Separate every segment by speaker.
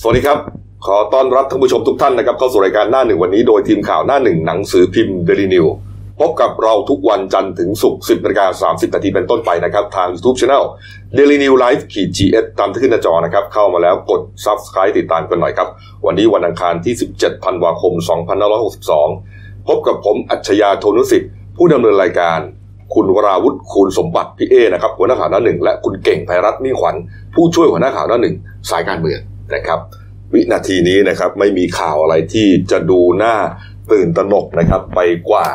Speaker 1: สวัสดีครับ ขอต้อนรับท่านผู้ชมทุกท่านนะครับเข้าสู่รายการหน้าหนึ่งวันนี้โดยทีมข่าวหน้าหนึ่งหนังสือพิมพ์เดลินิวพบกับเราทุกวันจันทร์ถึงศุกร์10นาฬิกา30นาทีเป็นต้นไปนะครับ ทาง YouTube Channel Daily New Life ขีด GS ตามที่ขึ้นหน้าจอนะครับ เข้ามาแล้วกด Subscribe ติดตามกันหน่อยครับ วันนี้วันอังคารที่ 17ธันวาคม 2562 พบกับผมอัจฉริยะโทนุสิทธิ์ ผู้ดำเนินรายการ คุณวราวุฒิคูณสมบัติพี่เอนะครับหัวหน้าข่าวหน้าหนึ่งและคุณเก่งไพรัตน์มิ่งขวัญผู้ช่วยหัวหน้าข่าวหน้าหนึ่งสายการเมืองนะครับ วินาทีนี้นะครับไม่มีข่าวอะไรที่จะดูหน้าตื่นตระหนกนะครับไปกว่า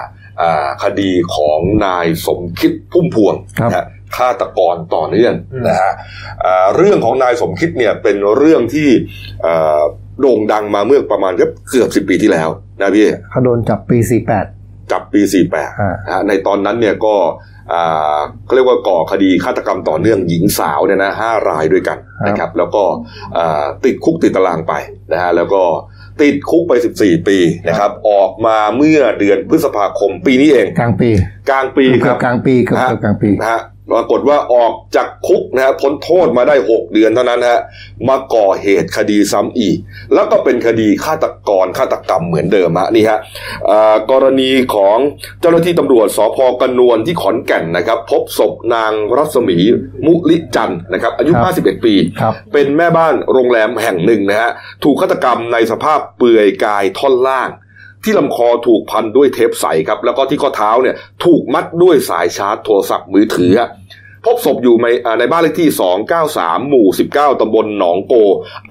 Speaker 1: อ่าคดีของนายสมคิดพุ่มพวง
Speaker 2: ครับ
Speaker 1: นะฮะฆาตกรต่อเนื่อง
Speaker 3: อืม
Speaker 1: นะฮะอ่าเรื่องของนายสมคิดเนี่ยเป็นเรื่องที่อ่าโด่งดังมาเมื่อประมาณเกือบสิบปีที่แล้วนะพี่
Speaker 2: เขาโดนจับปี
Speaker 1: จับปี 48
Speaker 2: อ่า
Speaker 1: นะฮะในตอนนั้นเนี่ยก็อ่าเขาเรียกว่าก่อคดีฆาตกรรมต่อเนื่องหญิงสาวเนี่ยนะห้ารายด้วยกันนะครับ แล้วก็อ่าติดคุกติดตารางไปนะฮะแล้วก็ติดคุกไป 14 ปีนะครับ ออกมาเมื่อเดือนพฤษภาคมปีนี้เอง
Speaker 2: 48 กลางปี
Speaker 1: กลางปีค
Speaker 2: เกื
Speaker 1: รั
Speaker 2: อ
Speaker 1: บบ
Speaker 2: กลางปีเกือบเกือบกลางปี
Speaker 1: นะฮะปรากฏว่าออกจากคุกนะฮะพ้นโทษมาได้ 6 เดือนเท่านั้นฮะมาก่อเหตุคดีซ้ำอีก แล้วก็เป็นคดีฆาตกรฆาตกรรมเหมือนเดิมฮะนี่ฮะ อ่ากรณีของเจ้าหน้าที่ตำรวจสพกระนวลที่ขอนแก่นนะครับ พบศพนางรัศมีมุลิจันทร์นะครับ อายุ
Speaker 2: ครับ
Speaker 1: 51 ปี
Speaker 2: ครับ
Speaker 1: เป็นแม่บ้านโรงแรมแห่งหนึ่งนะฮะถูกฆาตกรรมในสภาพเปลือยกายท่อนล่าง ที่ลำคอถูกพันด้วยเทปใสครับ แล้วก็ที่ข้อเท้าเนี่ยถูกมัดด้วยสายชาร์จโทรศัพท์มือถือฮะพบศพอยู่ในอ่าในบ้านเลขที่ 293 หมู่ 19 ตำบลหนองโก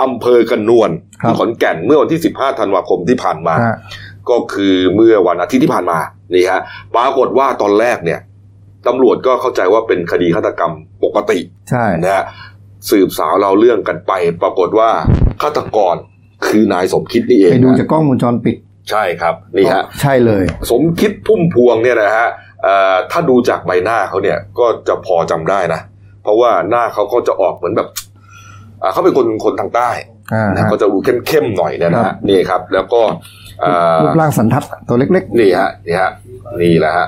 Speaker 1: อำเภอกระนวล
Speaker 2: ครับ
Speaker 1: ที่ขอนแก่นเมื่อวันที่ 15 ธันวาคมที่ผ่านมา
Speaker 2: ฮะ
Speaker 1: ก็คือเมื่อวันอาทิตย์ที่ผ่านมานี่ฮะปรากฏว่าตอนแรกเนี่ยตำรวจก็เข้าใจว่าเป็นคดีฆาตกรรมปกติ
Speaker 2: ใช่
Speaker 1: นะฮะสืบสาวเราเรื่องกันไป ปรากฏว่าฆาตกรคือนายสมคิดนี่เอง
Speaker 2: ไปดู
Speaker 1: นะ
Speaker 2: จากกล้องวงจรปิด
Speaker 1: ใช่ครับนี่ฮะ
Speaker 2: ใช่เลย
Speaker 1: สมคิดพุ่มพวงเนี่ยนะฮะเอ่อถ้าดูจากใบหน้าเขาเนี่ยก็จะพอจำได้นะ เพราะว่าหน้าเขาก็จะออกเหมือนแบบอ่าเขาเป็นคนคนทางใต้
Speaker 2: อ่า
Speaker 1: นะ
Speaker 2: ฮะ
Speaker 1: ก็จะดูเข้มๆหน่อยเนยนะ
Speaker 2: ครั
Speaker 1: ฮะ
Speaker 2: บ
Speaker 1: นี่ครับ แล้วก็อ่า
Speaker 2: รูปร่างสันทัดตัวเล็ก
Speaker 1: นี่ฮะนี่ฮะนี่แหละฮะ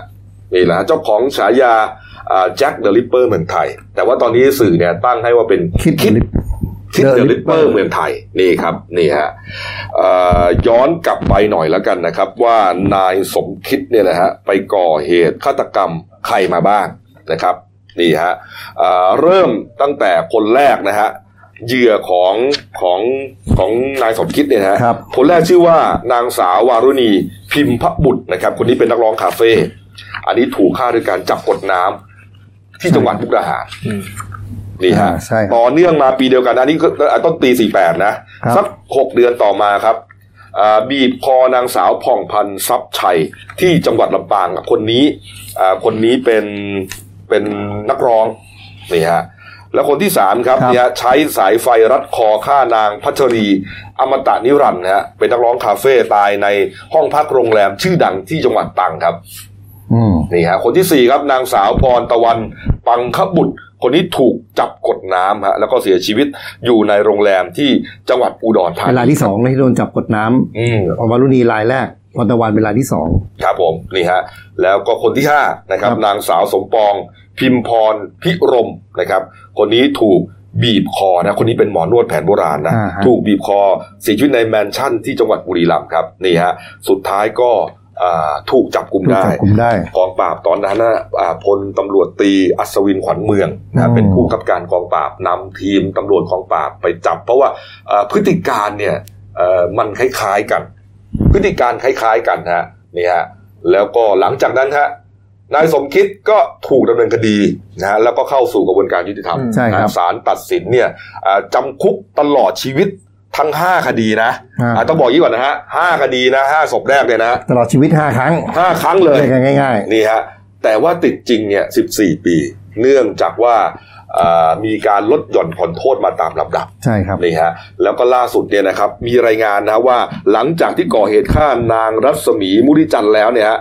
Speaker 1: นี่แหละฮะเจ้าของฉายาแจ็คเดอะลิปเปอร์เมืองไทย แต่ว่าตอนนี้สื่อเนี่ยตั้งให้ว่าเป็น
Speaker 2: ๆ คิด
Speaker 1: คิด
Speaker 2: ลิป
Speaker 1: คิด
Speaker 2: The
Speaker 1: เดอะลิปเปอ
Speaker 2: Ripper
Speaker 1: ร์เมืองไทยนี่ครับนี่ฮะเอ่อย้อนกลับไปหน่อยแล้วกันนะครับ ว่านายสมคิดเนี่ยนะฮะไปก่อเหตุฆาตกรรมใครมาบ้างนะครับนี่ฮะเอ่อเริ่มตั้งแต่คนแรกนะฮะเหยื่อของของของนายสมคิดเนี่ยนะฮะ
Speaker 2: ครับ
Speaker 1: คนแรกชื่อว่านางสาววารุณีพิมพบุตรนะครับ คนนี้เป็นนักร้องคาเฟ่ อันนี้ถูกฆ่าด้วยการจับกดน้ำที่จังหวัดมุกดาหาร
Speaker 3: อืม
Speaker 1: นี่ฮะ
Speaker 2: อ่าใช่ครับ
Speaker 1: ต่อเนื่องมาปีเดียวกันนะอันนี้ก็ต้นปีสี่แปดนะ
Speaker 2: ครับ
Speaker 1: สักหกเดือนต่อมาครับอ่าบีบคอนางสาวผ่องพันธ์ทรัพย์ชัยที่จังหวัดลำปางอ่ะคนนี้อ่าคนนี้เป็นเป็นนักร้องนี่ฮะแล้วคนที่สามครับ
Speaker 2: ครับ
Speaker 1: เนี่ยใช้สายไฟรัดคอฆ่านางพัชรี อมตะนิรันดร์นะฮะเป็นนักร้องคาเฟ่ตายในห้องพักโรงแรมชื่อดังที่จังหวัดตรังครับ
Speaker 2: อืม
Speaker 1: นี่ฮะคนที่สี่ครับนางสาวพรตะวันปังขบุตร คนนี้ถูกจับกดน้ำฮะแล้วก็เสียชีวิตอยู่ในโรงแรมที่จังหวัดอุดรธา
Speaker 2: เป็นราย
Speaker 1: นี
Speaker 2: ที่สองเลยที่โดนจับกดน้
Speaker 1: อืม
Speaker 2: ำอวารุณีรายแรกวันตะวันเป็นรายที่สอง
Speaker 1: ครับผมนี่ฮะแล้วก็คนที่ห้านะครับ
Speaker 2: ครับ
Speaker 1: นางสาวสมปอง พิมพรพิรมนะครับ คนนี้ถูกบีบคอนะคนนี้เป็นหมอนวดแผนโบราณนะ
Speaker 2: อ่าฮะ
Speaker 1: ถูกบีบคอเสียชีวิตในแมนชั่นที่จังหวัดบุรีรัมย์ครับนี่ฮะสุดท้ายก็อ่าถูกจับกลุ่ม
Speaker 2: ถูก
Speaker 1: ได้
Speaker 2: จับกลุ่มได้
Speaker 1: กองปราบตอนนั้นนะอ่าพลตำรวจตรีอัศวินขวัญเมืองนะ
Speaker 2: อืม
Speaker 1: เป็นผู้กำกับการกองปราบนำทีมตำรวจกองปราบไปจับ เพราะว่าเอ่อพฤติการเนี่ยเอ่อมันคล้ายๆกัน พฤติการคล้ายๆกันฮะนี่ฮะแล้วก็หลังจากนั้นฮะนายสมคิดก็ถูกดำเนินคดีนะฮะแล้วก็เข้าสู่กระบวนการยุติธรรม
Speaker 3: อืม
Speaker 2: ใช่ครับ
Speaker 1: นะศาลตัดสินเนี่ยอ่าจำคุกตลอดชีวิตทั้ง 5 คดีนะ
Speaker 2: อ่า
Speaker 1: อ่าต้องบอกอยางนี้ก่อนนะฮะห้าคดีนะห้าศพแรกเลยนะฮะ
Speaker 2: ตลอดชีวิตห้าครั้ง
Speaker 1: ห้าครั้งเลย
Speaker 2: เรียกกันง่าย
Speaker 1: นี่ฮะแต่ว่าติดจริงเนี่ย 14 ปี เนื่องจากว่าอ่ามีการลดหย่อนผ่อนโทษมาตามลำดับ
Speaker 2: ๆ ใช่ครับ
Speaker 1: นี่ฮะแล้วก็ล่าสุดเนี่ยนะครับ มีรายงานนะว่าหลังจากที่ก่อเหตุฆ่านางรัศมีมุริจันทร์แล้วเนี่ยฮะ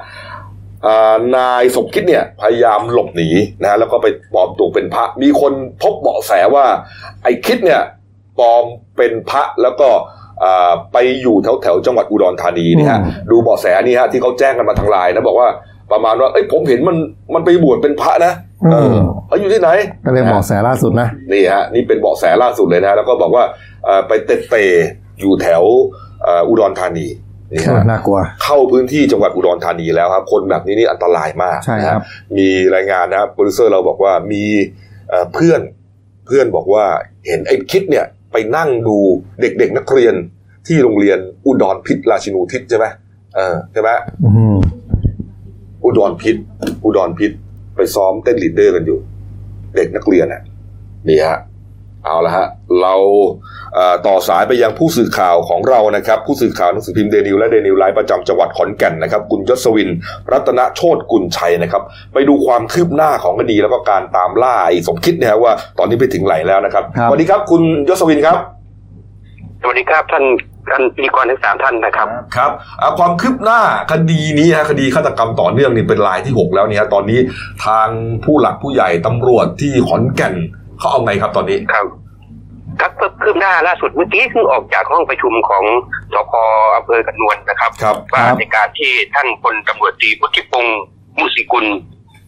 Speaker 1: อ่านายสมคิดเนี่ยพยายามหลบหนีนะฮะแล้วก็ไปปลอมตัวเป็นพระ มีคนพบเบาะแสว่า ไอ้คิดเนี่ยปลอมเป็นพระแล้วก็อ่าไปอยู่แถวแถวๆจังหวัดอุดรธานีเนี่ยฮะ
Speaker 2: อืม
Speaker 1: ดูเบาะแสนี่ฮะที่เขาแจ้งกันมาทางไลน์นะบอกว่าประมาณว่าเอ้ยผมเห็นมันมันไปบวชเป็นพระนะ
Speaker 2: อืม
Speaker 1: เออเอาอยู่ที่ไหน
Speaker 2: ก็เลยบอกแสล่าสุดนะ
Speaker 1: นี่ฮะนี่เป็นเบาะแสล่าสุดเลยนะแล้วก็บอกว่า เอ่อไปเตะเตะอยู่แถวเอ่ออุดรธานีนี่ฮะ
Speaker 2: น่ากลัว
Speaker 1: เข้าพื้นที่จังหวัดอุดรธานีแล้วครับ คนแบบนี้นี่อันตรายมาก
Speaker 2: ใช่ครับ
Speaker 1: นะมีรายงานนะครับโปรดิวเซอร์เราบอกว่ามีเอ่อเพื่อนเพื่อนบอกว่าเห็นไอ้คิดเนี่ยไปนั่งดูเด็กๆนักเรียนที่โรงเรียนอุดรพิษราชินูทิศใช่ไหมเออใช่ไหม
Speaker 2: อืม
Speaker 1: อุดรพิษอุดรพิษไปซ้อมเต้นลีดเดอร์กันอยู่ เด็กนักเรียนน่ะนี่ฮะเอาละฮะเราเอ่อต่อสายไปยังผู้สื่อข่าวของเรานะครับ ผู้สื่อข่าวหนังสือพิมพ์เดนิวและเดนิวไลฟ์ประจำจังหวัดขอนแก่นนะครับ คุณยศวิน รัตนโชตกุลชัยนะครับ ไปดูความคืบหน้าของคดีแล้วก็การตามล่าไอ้สมคิดนะฮะว่าตอนนี้ไปถึงไหนแล้วนะครับสวัสดีครับคุณยศวินครับ
Speaker 3: สวัสดีครับท่านท่านพิธีกรทั้งสามท่านนะครับ
Speaker 1: ครับอ่ะความคืบหน้าคดีนี้ฮะคดีฆาตกรรมต่อเนื่องนี่เป็นรายที่ 6 แล้วเนี่ยฮะตอนนี้ทางผู้หลักผู้ใหญ่ตำรวจที่ขอนแก่นเขาเอาไงครับตอนนี้
Speaker 3: ครับ ครับเพิ่มคืบหน้าล่าสุดเมื่อกี้เพิ่งออกจากห้องประชุมของสพอำเภอกระนวนนะครับ
Speaker 1: ครับ
Speaker 3: ว่าในการที่ท่านพลตำรวจตรีพุทธิพงศ์มุสิกุล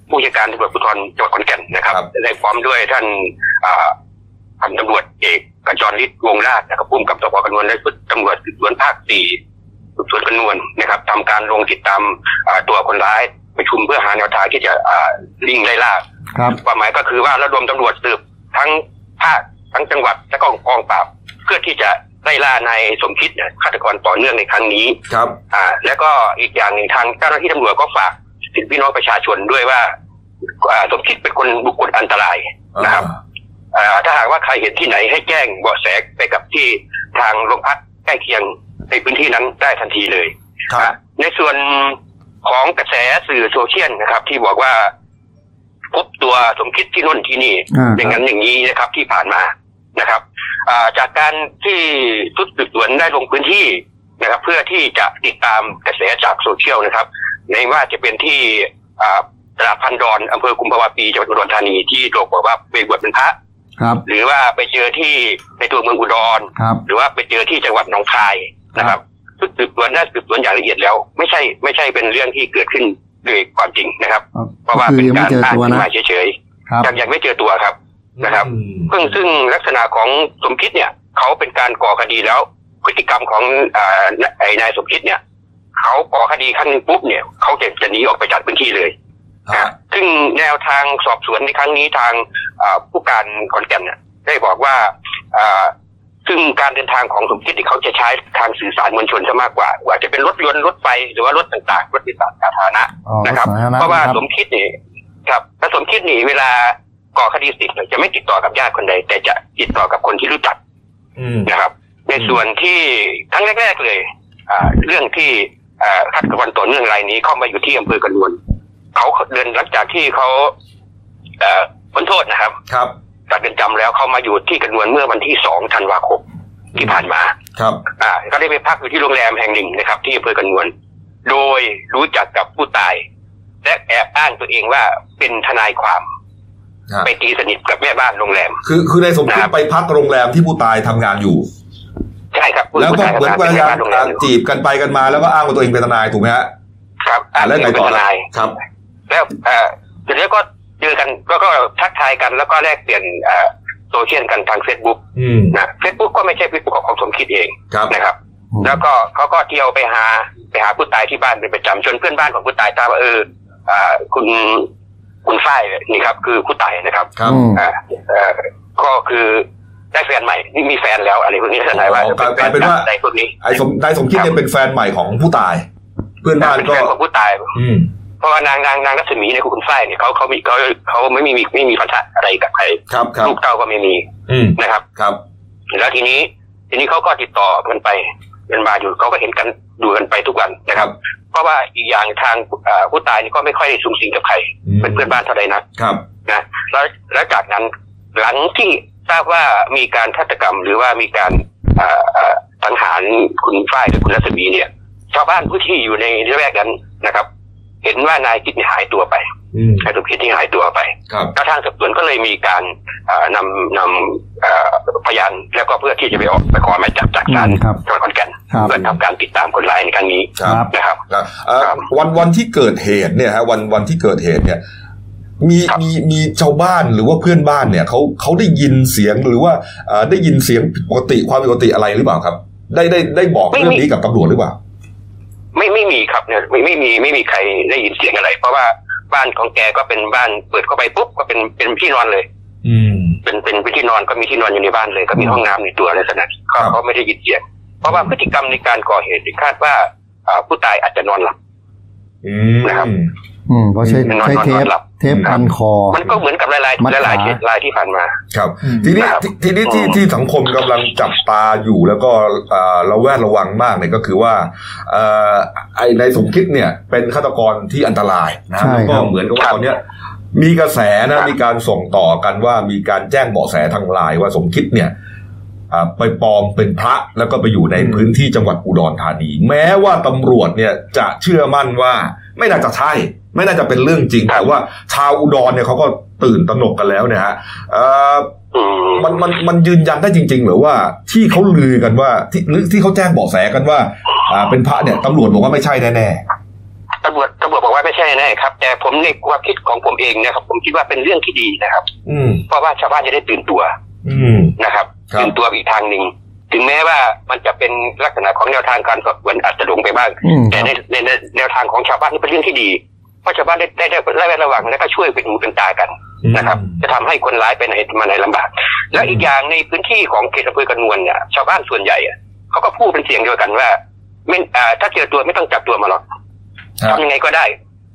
Speaker 3: ผู้จัดการตำรวจภูธรจังหวัดขอนแก่นนะครับ
Speaker 1: ครับ
Speaker 3: ได้พร้อมด้วยท่านอ่าพันตำรวจเอกกระจรฤทธิ์วงราชนะครับผู้กำกับสพกระนวนและชุดตำรวจสืบสวนภาคสี่สืบสวนกระนวนนะครับทำการลงติดตามอ่าตัวคนร้ายประชุมเพื่อหาแนวทางที่จะอ่าลิงไล่ล่า
Speaker 2: ครับ
Speaker 3: ความหมายก็คือว่าระดมตำรวจสืบทั้งภาคทั้งจังหวัดและก็กองปราบ เพื่อที่จะไล่ล่านายสมคิดเนี่ยฆาตกรต่อเนื่องในครั้งนี้
Speaker 1: ครับ
Speaker 3: อ่า แล้วก็อีกอย่างหนึ่งทางเจ้าหน้าที่ตำรวจก็ฝากถึงพี่น้องประชาชนด้วยว่าอ่าสมคิดเป็นคนบุคคลอันตรายนะครับ อ่าถ้าหากว่าใครเห็นที่ไหนให้แจ้งเบาะแสไปกับที่ทางโรงพักใกล้เคียงในพื้นที่นั้นได้ทันทีเลย
Speaker 1: ครับ
Speaker 3: อ่ะในส่วนของกระแสสื่อโซเชียลนะครับ ที่บอกว่าพบตัวสมคิดที่นู่นที่นี่
Speaker 2: อ่า
Speaker 3: อย่างนั้นอย่างนี้นะครับที่ผ่านมานะครับอ่าจากการที่ชุดสืบสวนได้ลงพื้นที่นะครับ เพื่อที่จะติดตามกระแสจากโซเชียลนะครับ ในว่าจะเป็นที่อ่าตลาดพันดอนอำเภอกุมภาวะปีจังหวัดอุดรธานีที่โดกบอกว่าไปบวชเป็นพระ
Speaker 2: ครับ
Speaker 3: หรือว่าไปเจอที่ในตัวเมืองอุดร
Speaker 2: ครับ
Speaker 3: หรือว่าไปเจอที่จังหวัดหนองคายนะครับชุดสืบสวนได้สืบสวนอย่างละเอียดแล้ว ไม่ใช่ไม่ใช่เป็นเรื่องที่เกิดขึ้นด้วยความจริงนะครับ เพราะว่า
Speaker 2: คื
Speaker 3: เป็น
Speaker 2: อยังไม่
Speaker 3: การ
Speaker 2: เจอ
Speaker 3: อ้าง
Speaker 2: ตัว
Speaker 3: ขึ้
Speaker 2: นะ
Speaker 3: นมาเฉย
Speaker 2: ครับ
Speaker 3: ๆยังยังไม่เจอตัวครับ นะครับ
Speaker 1: อืม
Speaker 3: ซึ่งซึ่งลักษณะของสมคิดเนี่ยเขาเป็นการก่อคดีแล้ว พฤติกรรมของอ่าไอ้นายสมคิดเนี่ยเขาก่อคดีขั้นหนึ่งปุ๊บเนี่ยเขาจะจะหนีออกไปจากพื้นที่เลย
Speaker 1: ฮะ
Speaker 3: ซึ่งแนวทางสอบสวนในครั้งนี้ทางเอ่อผู้การขอนแก่นเนี่ยได้บอกว่าเอ่อซึ่งการเดินทางของสมคิดเนี่ยเขาจะใช้ทางสื่อสารมวลชนซะมากกว่าอาจจะเป็นรถยนต์รถไฟหรือว่ารถต่างๆ รถติดสาธารณะ
Speaker 2: อ๋อ
Speaker 3: นะครับ
Speaker 2: สาธณ
Speaker 3: เพราะว่า
Speaker 2: คบ
Speaker 3: สมคิดนี่ครับถ้าสมคิดนี่เวลาก่อคดีเสิทธิ์จะไม่ติดต่อกับญาติคนใด แต่จะติดต่อกับคนที่รู้จัก
Speaker 1: อืม
Speaker 3: นะครับในส่วนที่ครั้งแรกๆเลยอ่าเรื่องที่อ่าฆาตกรต่อเนื่องรายนี้เข้ามาอยู่ที่อำเภอกระนวนเขาเดินหลังจากที่เขาเอ่อพ้นโทษนะครับ
Speaker 1: ครับ
Speaker 3: จากเรือนจำแล้วเข้ามาอยู่ที่กระนวนเมื่อวันที่สองธันวาคมที่ผ่านมา
Speaker 1: ครับ
Speaker 3: อ่าก็ได้ไปพักอยู่ที่โรงแรมแห่งหนึ่งนะครับ ที่อำเภอกระนวน โดยรู้จักกับผู้ตาย และแอบอ้างตัวเองว่าเป็นทนายความ
Speaker 1: ฮะ
Speaker 3: ไปตีสนิทกับแม่บ้านโรงแรม
Speaker 1: คือคือในสมคิด
Speaker 3: ครับ
Speaker 1: ไปพักโรงแรมที่ผู้ตายทำงานอยู่
Speaker 3: ใช่ครับผู้
Speaker 1: แล้วก็
Speaker 3: ตาย
Speaker 1: เหมือน
Speaker 3: ทำ
Speaker 1: พ
Speaker 3: งาน
Speaker 1: ยายา
Speaker 3: เป็น
Speaker 1: ม
Speaker 3: แม่บ้านโรงแรมอยู่
Speaker 1: จีบกันไปกันมาแล้วก็อ้างว่าตัวเองเป็นทนายถูกไหมฮะ
Speaker 3: ครับอ้างตั
Speaker 1: แล้ว
Speaker 3: วเอ
Speaker 1: ไง
Speaker 3: งเป็
Speaker 1: ต่อน
Speaker 3: ทนาย
Speaker 1: ครับ
Speaker 3: แล้วเอ่อเดี๋ยวนี้ก็เจอกันแล้วก็ทักทายกันแล้วก็แลกเปลี่ยนเอ่อโซเชียลกันทางเฟซบุ๊ก
Speaker 1: อืม
Speaker 3: นะเฟซบุ๊กก็ไม่ใช่เฟซบุ๊กของสมคิดเอง
Speaker 1: ครับ
Speaker 3: นะครับ
Speaker 2: อืม
Speaker 3: แล้วก็เขาก็เที่ยวไปหาไปหาผู้ตายที่บ้านเป็นประจำจนเพื่อนบ้านของผู้ตายทราบว่าเอออ่าคุณคุณฝ้ายนี่ครับ คือผู้ตายนะครับ
Speaker 1: ครับ
Speaker 2: อืม
Speaker 3: อ่าเอ่อก็คือได้แฟนใหม่นี่มีแฟนแล้วอะไรพวกนี้ ทนายว่าจะ
Speaker 1: กลายเป็นว่า
Speaker 3: อะไรพวกนี้
Speaker 1: ไอ้สมนายสมคิดเนี่ยเป็นแฟนใหม่ของผู้ตาย เพื่อนบ้าน
Speaker 3: เป็น
Speaker 1: ก็
Speaker 3: แฟนของผู้ตาย
Speaker 1: อืม
Speaker 3: เพราะว่านางนางนางรัศมีเนี่ยคือคุณฝ้ายเนี่ยเขาเขามีเขาเขาไม่มีไม่มีพันธะอะไรกับใคร
Speaker 1: ครับครับ
Speaker 3: ลูกเต้าก็ไม่มี
Speaker 1: อืม
Speaker 3: นะครับ
Speaker 1: ครับ
Speaker 3: แล้วทีนี้ ทีนี้เขาก็ติดต่อกันไปกันมาอยู่เขาก็เห็นกันดูกันไปทุกวันนะครับ เพราะว่าอีกอย่างทางเอ่อผู้ตายนี่ก็ไม่ค่อยได้สูงสิงกับใคร
Speaker 1: อืม
Speaker 3: เป็นเพื่อนบ้านเท่าใดนัก
Speaker 1: ครับ
Speaker 3: นะแล้วแล้วจากนั้นหลังที่ทราบว่ามีการฆาตกรรม หรือว่ามีการเอ่อเอ่อสังหารคุณฝ้ายหรือคุณรัศมีเนี่ย ชาวบ้านผู้ที่อยู่ในละแวกนั้นนะครับ เห็นว่านายจิตหายตัวไป
Speaker 1: อืม
Speaker 3: นายสมคิดที่หายตัวไป
Speaker 1: ครับ
Speaker 3: แล้วทางสืบสวนก็เลยมีการเอ่อนำนำเอ่อพยานแล้วก็เพื่อที่จะไปออกไปขอหมายจับจากศาล
Speaker 2: อืมครับ
Speaker 3: จังหวัดขอนแก่น
Speaker 2: ครับ
Speaker 3: เพื่อทำการติดตามคนร้ายในครั้งนี้
Speaker 1: ครับ
Speaker 3: นะครับ
Speaker 1: ครับเอ่อ
Speaker 3: ครับ
Speaker 1: วันวันที่เกิดเหตุเนี่ยฮะวันวันที่เกิดเหตุเนี่ย มี
Speaker 3: ครับ
Speaker 1: มีมีชาวบ้านหรือว่าเพื่อนบ้านเนี่ยเขาเขาได้ยินเสียงหรือว่าเอ่อได้ยินเสียงผิดปกติความผิดปกติอะไรหรือเปล่าครับ ได้ได้ได้บอกเรื่องนี้กับตำรวจหรือเปล่า
Speaker 3: ไม่ไม่มีครับเนี่ยไม่ไม่มีไม่มีใครได้ยินเสียงอะไร เพราะว่าบ้านของแกก็เป็นบ้านเปิดเข้าไปปุ๊บก็เป็นเป็นที่นอนเลย
Speaker 1: อืม
Speaker 3: เป็นเป็นเป็นที่นอนก็มีที่นอนอยู่ในบ้านเลย ก็มีห้องน้ำในตัวในขณะที่เขา
Speaker 1: ครับ
Speaker 3: เขาไม่ได้ยินเสียง เพราะว่าพฤติกรรมในการก่อเหตุคาดว่าอ่าผู้ตายอาจจะนอนหลับ
Speaker 1: อื
Speaker 3: นะครับ
Speaker 1: ม
Speaker 2: อืมเพราะใช้
Speaker 3: นอน
Speaker 2: ใช้
Speaker 3: นอน
Speaker 2: เทป
Speaker 3: หลับ
Speaker 2: เทปพันคอ
Speaker 3: มันก็เหมือนกับหลาย
Speaker 2: มัด
Speaker 3: ๆหลาย
Speaker 2: ขา
Speaker 3: ๆเคสรายที่ผ่านมา
Speaker 1: ครับ
Speaker 2: อืม
Speaker 1: ทีนี้
Speaker 3: ครับ
Speaker 1: ที่ทีนี้ที่
Speaker 3: อืม
Speaker 1: ที่สังคมกำลังจับตาอยู่แล้วก็เอ่อระแวดระวังมากเนี่ยก็คือว่าเอ่อไอในสมคิดเนี่ยเป็นฆาตกรที่อันตรายนะ
Speaker 2: ใช่
Speaker 1: แล้วก็
Speaker 2: ครับ
Speaker 1: เหมือนกับว่าตอนเนี้ยมีกระแสนะมีการส่งต่อกันว่ามีการแจ้งเบาะแสทางไลน์ว่าสมคิดเนี่ยอ่าไปปลอมเป็นพระแล้วก็ไปอยู่ในพื้นที่จังหวัดอุดรธานี แม้ว่าตำรวจเนี่ยจะเชื่อมั่นว่าไม่น่าจะใช่ ไม่น่าจะเป็นเรื่องจริงแต่ว่าชาวอุดรเนี่ยเขาก็ตื่นตระหนกกันแล้วเนี่ยฮะเอ่อ
Speaker 3: อืม
Speaker 1: มันมันมันยืนยันได้จริง ๆ หรือว่าที่เขาลือกันว่าที่หรือที่เขาแจ้งเบาะแสกันว่าอ่าเป็นพระเนี่ยตำรวจบอกว่าไม่ใช่แน่
Speaker 3: ตำรวจตำรวจบอกว่าไม่ใช่แน่ครับ แต่ผมในความคิดของผมเองนะครับ ผมคิดว่าเป็นเรื่องที่ดีนะครับ
Speaker 1: ๆอืม
Speaker 3: เพราะว่าชาวบ้านจะได้ตื่นตัว
Speaker 1: อืม
Speaker 3: นะครับ
Speaker 1: ครับ
Speaker 3: ตื่นตัวอีกทางหนึ่งถึงแม้ว่ามันจะเป็นลักษณะของแนวทางการสอบสวนอาจจะหลงไปบ้าง
Speaker 2: อืมค
Speaker 3: แต่
Speaker 2: รับ
Speaker 3: ในในในแนวทางของชาวบ้านนี่เป็นเรื่องที่ดีเพราะชาวบ้านได้ได้ได้ได้ระแวดระวังและก็ช่วยเป็นหูเป็นตากันนะครับ จะทำให้คนร้ายไปไหนมาไหนลำบาก แล้วอีกอย่างในพื้นที่ของเขตอำเภอกระนวลเนี่ยชาวบ้านส่วนใหญ่อะเขาก็พูดเป็นเสียงเดียวกันว่าไม่อ่าถ้าเจอตัวไม่ต้องจับตัวมาหรอก
Speaker 1: ครับ
Speaker 3: ทำยังไงก็ได้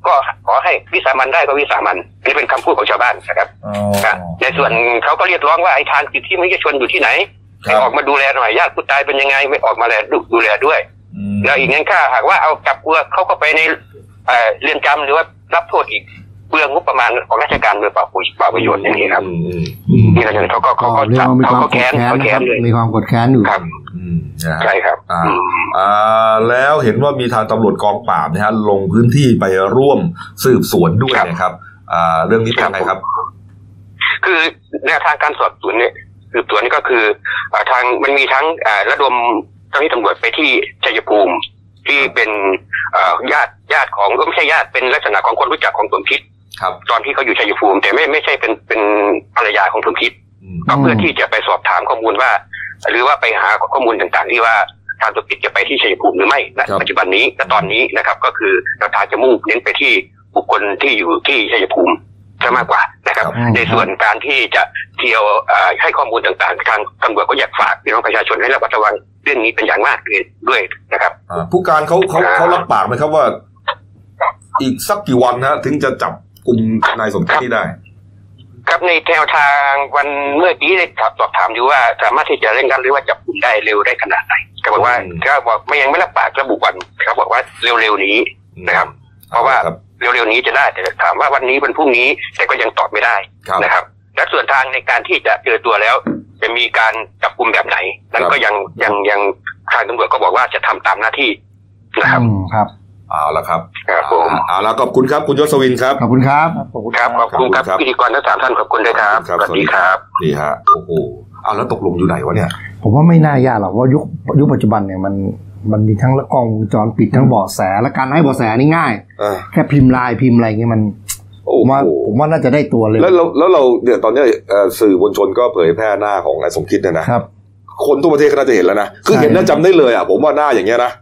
Speaker 3: ก็ขอให้วิสามันได้ก็วิสามันอันนี่เป็นคำพูดของชาวบ้านนะครับ
Speaker 1: อ๋อ
Speaker 3: ครับในส่วนเขาก็เรียกร้องว่าไอ้ทางสิทธิมนุษยชนอยู่ที่ไหน
Speaker 1: ครับ
Speaker 3: ให้ออกมาดูแลหน่อยญาติผู้ตายเป็นยังไงไม่ออกมาแลดูดูแลด้วย
Speaker 1: อืม
Speaker 3: แล้วอีกงั้นค่าหากว่าเอากลับเอือเขาก็ไปในเอ่อเรือนจำหรือว่ารับโทษอีกเปลืองงบประมาณของราชการโดยเปล่าประโยชน์เปล่าประโยชน์อย่างนี้ครับ
Speaker 1: อืมอืม
Speaker 2: อืม
Speaker 3: นี่เราจะเห็นเขาก็
Speaker 2: ก็
Speaker 3: เขาก็
Speaker 2: เรียก
Speaker 3: จับ
Speaker 2: ว่ามีค
Speaker 3: เขา
Speaker 2: วาม
Speaker 3: ก็
Speaker 2: กด
Speaker 3: แค้น
Speaker 2: แค้น
Speaker 3: เขา
Speaker 2: นะ
Speaker 3: แค้
Speaker 2: ครับ
Speaker 3: นเลย
Speaker 2: มีความกดแค้นอยู่
Speaker 3: ครับ
Speaker 1: อืมนะฮะ
Speaker 3: ใช่ครับ
Speaker 1: อ่า
Speaker 3: อืม
Speaker 1: อ่าแล้วเห็นว่ามีทางตำรวจกองปราบนะฮะลงพื้นที่ไปร่วมสืบสวนด้วย
Speaker 3: ครับ
Speaker 1: นะครับอ่าเรื่องนี้เป็น
Speaker 3: ครับ
Speaker 1: ยังไงครับ
Speaker 3: คือแนวทางการสอบสวนเนี่ยสืบสวนนี่ก็คืออาทางมันมีทั้งอ่าระดมเจ้าหน้าที่ตำรวจไปที่ชัยภูมิ ที่เป็นอ่าญาติญาติของก็ไม่ใช่ญาติเป็นลักษณะของคนรู้จักของสมคิด
Speaker 1: ครับ
Speaker 3: ตอนที่เขาอยู่ชัยภูมิ แต่ไม่ไม่ใช่เป็นเป็นภรรยาของสมคิด
Speaker 1: อืม
Speaker 3: ก็เพื่ออ
Speaker 2: ม
Speaker 3: ที่จะไปสอบถามข้อมูลว่า หรือว่าไปหาข้อมูลต่างๆ ที่ว่าทางสมคิดจะไปที่ชัยภูมิหรือไม่ณปัจจุบันนี้ณตอนนี้นะครับ ก็คือเราทางจะมุ่งเน้นไปที่บุคคลที่อยู่ที่ชัยภูมิซะมากกว่านะครับ
Speaker 2: อืม
Speaker 3: ในส่วนการที่จะเที่ยวเอ่อให้ข้อมูลต่างๆ ทางตำรวจก็อยากฝากพี่น้องประชาชนให้ระมัดระวังเรื่องนี้เป็นอย่างมากเลยด้วยนะครับ
Speaker 1: อ่าผู้การเขาเขาเขารับปากไหมครับว่า อีกสักกี่วันนะฮะถึงจะจับกลุ่มนายสมคิดนี้ได้
Speaker 3: ครับในแนวทางวันเมื่อกี้ได้สอบถามอยู่ว่าสามารถที่จะเร่งรัดหรือว่าจับกลุ่มได้เร็วได้ขนาดไหนก็บอกว่า
Speaker 1: อืม
Speaker 3: ก็บอกไม่ยังไม่รับปากระบุวันเขาบอกว่าเร็วๆนี้ นะครับเพราะว่า
Speaker 1: ครับ
Speaker 3: เร็วๆนี้จะได้แต่ถามว่าวันนี้วันพรุ่งนี้แต่ก็ยังตอบไม่ได้
Speaker 1: ครับ
Speaker 3: นะครับ และส่วนทางในการที่จะเจอตัวแล้ว จะมีการจับกลุ่มแบบไหน นั้นก็ยังยังยังทางตำรวจก็บอกว่าจะทำตามหน้าที่นะครับ
Speaker 2: อืมครับ
Speaker 1: เอาละครับ
Speaker 3: ครับผม
Speaker 1: อ่าเอาละขอบคุณครับคุณยศวินครับ
Speaker 2: ขอบคุณครับ
Speaker 3: ครับขอบคุณครับพิธีกรทั้งสามท่านขอบคุณด้วยครับ
Speaker 1: ครับ
Speaker 3: สวัสดีครับ
Speaker 1: นี่ฮะโอ้โหเอาแล้วตกลงอยู่ไหนวะเนี่ย
Speaker 2: ผมว่าไม่น่ายากหรอกว่าะยุคยุคปัจจุบันเนี่ยมันมันมีทั้งกล้องวงจรปิดทั้งเบาะแสและการให้เบาะแสนี่ง่าย
Speaker 1: อ่า
Speaker 2: แค่พิมพ์ไลน์พิมพ์อะไรเงี้ยมัน
Speaker 1: โอ้
Speaker 2: ผ
Speaker 1: โห
Speaker 2: มว่าผมว่าน่าจะได้ตัวเลย
Speaker 1: แล้วเราแล้วเราเนี่ยตอนเนี้ยเอ่อสื่อมวลชนก็เผยแพร่หน้าของนายสมคิดเนี่ยนะครับ คนทั่วประเทศก็น่าจะเห็นแล้วนะคือ
Speaker 2: ใช่
Speaker 1: เห็นน่าจำได้เลยอ่ะผมว่าหน้าอย่างเงี้ยนะ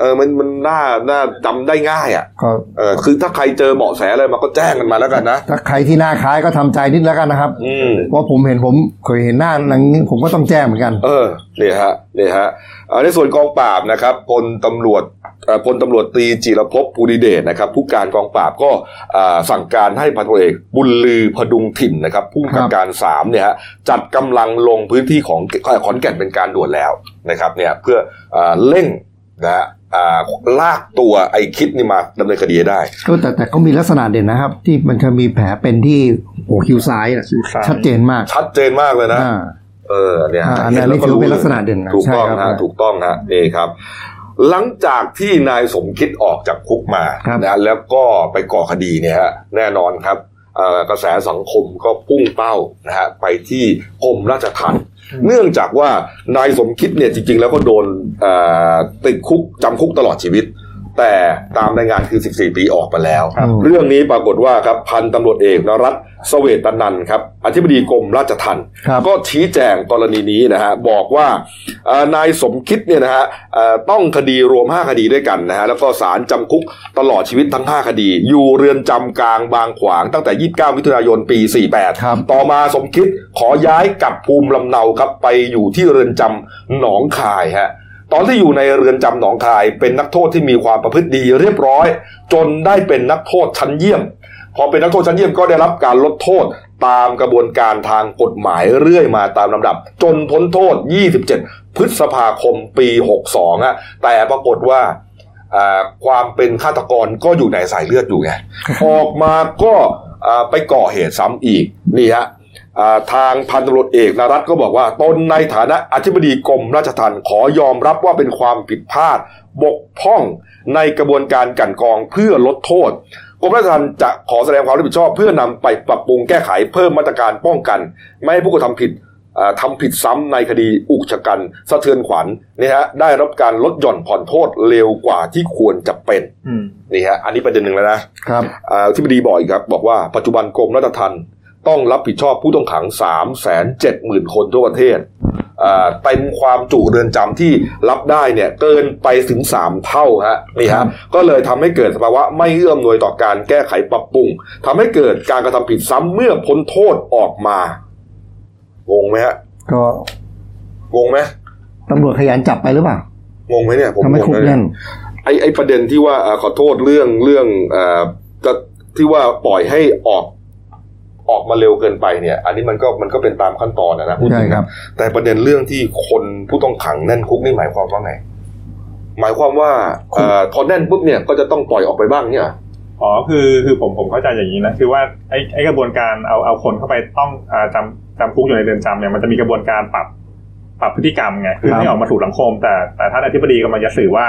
Speaker 1: เออมันมันหน้าหน้าจำได้ง่ายอ่ะ
Speaker 2: ก็
Speaker 1: เออคือถ้าใครเจอเบาะแสอะไรมาก็แจ้งกันมาแล้วกันนะ
Speaker 2: ถ้าใครที่หน้าคล้ายก็ทำใจนิดแล้วกันนะครับ
Speaker 1: อืม
Speaker 2: เพราะผมเห็นผมเคยเห็นหน้านังนี้ผมก็ต้องแจ้งเหมือนกัน
Speaker 1: เออเนี่ยฮะเนี่ยฮะเอ่อในส่วนกองปราบนะครับพลตำรวจเอ่อพลตำรวจตรีจิรภพภูริเดชนะครับ ผู้การกองปราบก็อ่าสั่งการให้พันตำรวจเอกบุญลือพดุงถิ่นนะครับผู้กำกับ
Speaker 2: ครับ
Speaker 1: การสามเนี่ยฮะจัดกำลังลงพื้นที่ของเอ่อขอนแก่นเป็นการด่วนแล้วนะครับเนี่ยเพื่ออ่าเร่งนะฮะอ่าลากตัวไอ้คิดนี่มาดำเนินคดีให้ได้
Speaker 2: ก็แต่แต่ก็มีลักษณะเด่นนะครับ ที่มันจะมีแผลเป็นที่หัวคิ้วซ้ายน่ะชัดเจนมาก
Speaker 1: ชัดเจนมากเลยนะ
Speaker 2: อ่า
Speaker 1: เออเนี่ยฮะ
Speaker 2: อ่าอันนี้
Speaker 1: เห็แล้ว
Speaker 2: ถือเป็น
Speaker 1: รู้ย
Speaker 2: ลักษณะเด่นนะ
Speaker 1: ถูกต้อง
Speaker 2: ใช่ครับ
Speaker 1: ฮะถูกต้องฮะนี่ครับ หลังจากที่นายสมคิดออกจากคุกมา
Speaker 2: ครับ
Speaker 1: นะแล้วก็ไปก่อคดีเนี่ยฮะแน่นอนครับเอ่อกระแสสังคมก็พุ่งเป้านะฮะไปที่กรมราชทัณฑ์เนื่องจากว่านายสมคิดเนี่ยจริง ๆ แล้วก็โดนเอ่อติดคุกจำคุกตลอดชีวิต แต่ตามรายงานคือ 14 ปีออกมาแล้ว
Speaker 2: ครับ
Speaker 1: เรื่องนี้ปรากฏว่าครับพันตำรวจเอกนรัตน์เสเวตนันท์ครับอธิบดีกรมราชทัณฑ์
Speaker 2: ครับ
Speaker 1: ก็ชี้แจงกรณีนี้นะฮะบอกว่าเอ่อนายสมคิดเนี่ยนะฮะเอ่อต้องคดีรวม 5 คดีด้วยกันนะฮะแล้วก็สารจำคุกตลอดชีวิตทั้ง 5 คดี อยู่เรือนจำกลางบางขวางตั้งแต่ 29 มิถุนายนปี
Speaker 2: ครับ
Speaker 1: 48 ต่อมาสมคิดขอย้ายกลับภูมิลำเนาครับไปอยู่ที่เรือนจำหนองคายฮะตอนที่อยู่ในเรือนจำหนองคายเป็นนักโทษที่มีความประพฤติดีเรียบร้อย จนได้เป็นนักโทษชั้นเยี่ยม พอเป็นนักโทษชั้นเยี่ยมก็ได้รับการลดโทษตามกระบวนการทางกฎหมายเรื่อยมาตามลำดับ จนพ้นโทษ 27 พฤษภาคมปี 62ฮะแต่ปรากฏว่าอ่าความเป็นฆาตกรก็อยู่ในสายเลือดอยู่ไง ออกมาก็อ่าไปก่อเหตุซ้ำอีกนี่ฮะอ่าทางพันตำรวจเอกนรัตน์ก็บอกว่าตนในฐานะอธิบดีกรมราชทัณฑ์ขอยอมรับว่าเป็นความผิดพลาดบกพร่องในกระบวนการกลันกรองเพื่อลดโทษ กรมราชทัณฑ์จะขอแสดงความรับผิดชอบเพื่อนำไปปรับปรุงแก้ไขเพิ่มมาตรการป้องกัน ไม่ให้ผู้กระทำผิดเอ่อทำผิดซ้ำในคดีอุกชะกัน สะเทือนขวัญนี่ฮะได้รับการลดหย่อนผ่อนโทษเร็วกว่าที่ควรจะเป็น
Speaker 4: อืม
Speaker 1: นี่ฮะอันนี้ประเด็นหนึ่งแล้วนะ
Speaker 2: ครับ
Speaker 1: อ่าที่บดีบอกอีกครับบอกว่าปัจจุบันกรมราชทัณฑ์ต้องรับผิดชอบผู้ต้องขัง 3 7 0 0 0 0 คนทั่วประเทศอ่าเต็มความจุเรือนจำที่รับได้เนี่ยเกินไปถึง 3 เท่าฮะนี่
Speaker 2: ครั
Speaker 1: ฮะ
Speaker 2: บ
Speaker 1: ก็เลยทำให้เกิดสภาวะไม่เอื้ออำนวยต่อการแก้ไขปรับปรุงทำให้เกิดการกระทำผิดซ้ำเมื่อพ้นโทษออกมางงไหมฮะ
Speaker 2: ก็
Speaker 1: งงไหม
Speaker 2: ตำรวจขยันจับไปหรือเปล่าง
Speaker 1: งไหมเนี่ยผม
Speaker 2: ทำให้คุก
Speaker 1: งงนะเนี่ย
Speaker 2: แน่น
Speaker 1: ไอ้ไอ้ประเด็นที่ว่าเอ่อขอโทษเรื่องเรื่องเอ่อจะที่ว่าปล่อยให้ออกออกมาเร็วเกินไปเนี่ย อันนี้มันก็มันก็เป็นตามขั้นตอนนะนะพูด
Speaker 2: ใช่
Speaker 1: ถึง
Speaker 2: ครับ
Speaker 1: แต่ประเด็นเรื่องที่คนผู้ต้องขังแน่นคุกนี่หมายความว่าไง หมายความว่าเอ่อพอแน่นปุ๊บเนี่ยก็จะต้องปล่อยออกไปบ้างเนี่ย
Speaker 4: อ๋อคือคือผมผมเข้าใจอย่างนี้นะคือว่าไอ้ไอ้กระบวนการเอาเอาคนเข้าไปต้องอ่าจำจำคุกอยู่ในเรือนจำเนี่ยมันจะมีกระบวนการปรับปรับพฤติกรรมไงคื
Speaker 2: ค
Speaker 4: อ
Speaker 2: รับ
Speaker 4: ให้ออกมาถูกสังคม แต่แต่ท่านอธิบดีกำลังจะสื่อว่า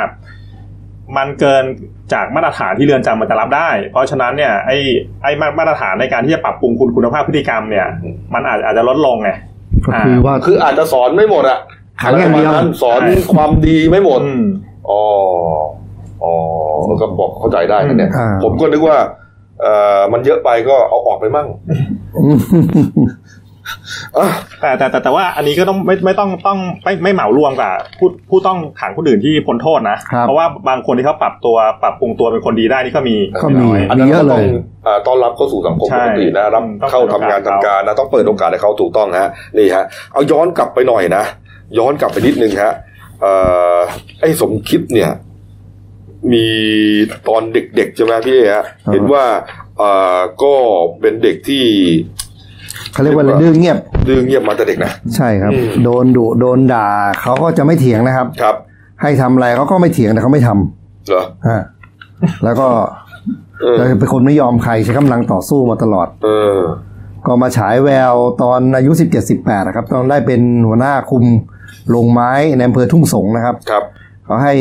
Speaker 4: มันเกินจากมาตรฐานที่เรือนจำมันจะรับได้ เพราะฉะนั้นเนี่ยไอ้ไอ้มามาตรฐานในการที่จะปรับปรุงคุณคุณภาพพฤติกรรมเนี่ย มันอาจอาจจะลดลงไง
Speaker 2: ก็คือว่า
Speaker 1: คืออาจจะสอนไม่หมดอะ
Speaker 2: ขังอย่างเดีย
Speaker 1: ป
Speaker 2: ว
Speaker 1: ระมณนั้นสอนความดีไม่หมด
Speaker 4: อืม
Speaker 1: อ๋อ อ๋อมันก็บอกเข้าใจได้นะเนี่ย
Speaker 2: อ่า
Speaker 1: ผมก็นึกว่าเอ่อมันเยอะไปก็เอาออกไปมั่งอ่ะ
Speaker 4: แต่แต่แต่แต่ว่าอันนี้ก็ต้องไม่ไม่ต้องต้องไม่ไม่เหมารวมกับผู้ผู้ต้องขังคนอื่นที่พ้นโทษนะ
Speaker 2: ครับ
Speaker 4: เพราะว่าบางคนที่เขาปรับตัวปรับปรุงตัวเป็นคนดีได้นี่ก็มี
Speaker 2: ก็มี
Speaker 1: อัน
Speaker 2: มี
Speaker 1: นั้น
Speaker 2: เย
Speaker 1: ก็
Speaker 2: อะเล
Speaker 1: ต้อง
Speaker 2: ย
Speaker 1: อ่าต้อนรับเข้าสู่สังคมป
Speaker 4: ใช่
Speaker 1: กตินะรับ
Speaker 4: ต้อง
Speaker 1: เข้าทำงาน
Speaker 4: เปิด
Speaker 1: ทำ
Speaker 4: โอกาส
Speaker 1: การนะต้องเปิดโอกาสให้เขาถูกต้องฮะนี่ฮะเอาย้อนกลับไปหน่อยนะย้อนกลับไปนิดนึงฮะเอ่อไอ้สมคิดเนี่ย มีตอนเด็กๆใช่ไหมพี่เอฮะ
Speaker 2: ครับ
Speaker 1: เห็นว่าเอ่อก็เป็นเด็กที่
Speaker 2: เขาเรียกว่าอะไรดื้อเงียบ
Speaker 1: ดื้อเงียบมาแต่เด็กนะ
Speaker 2: ใช่ครับ
Speaker 1: อืม
Speaker 2: โดนดุโดนด่าเขาก็จะไม่เถียงนะครับ
Speaker 1: ครับ
Speaker 2: ให้ทำอะไรเขาก็ไม่เถียงแต่เขาไม่ทำ
Speaker 1: เหรอ
Speaker 2: ฮะแล้วก็
Speaker 1: เออ
Speaker 2: จะเป็นคนไม่ยอมใครใช้กำลังต่อสู้มาตลอด
Speaker 1: เออ
Speaker 2: ก็มาฉายแววตอนอายุ 17-18นะครับ ตอนได้เป็นหัวหน้าคุมลงไม้ในอำเภอทุ่งสงนะครับ
Speaker 1: ครับ
Speaker 2: เขาให้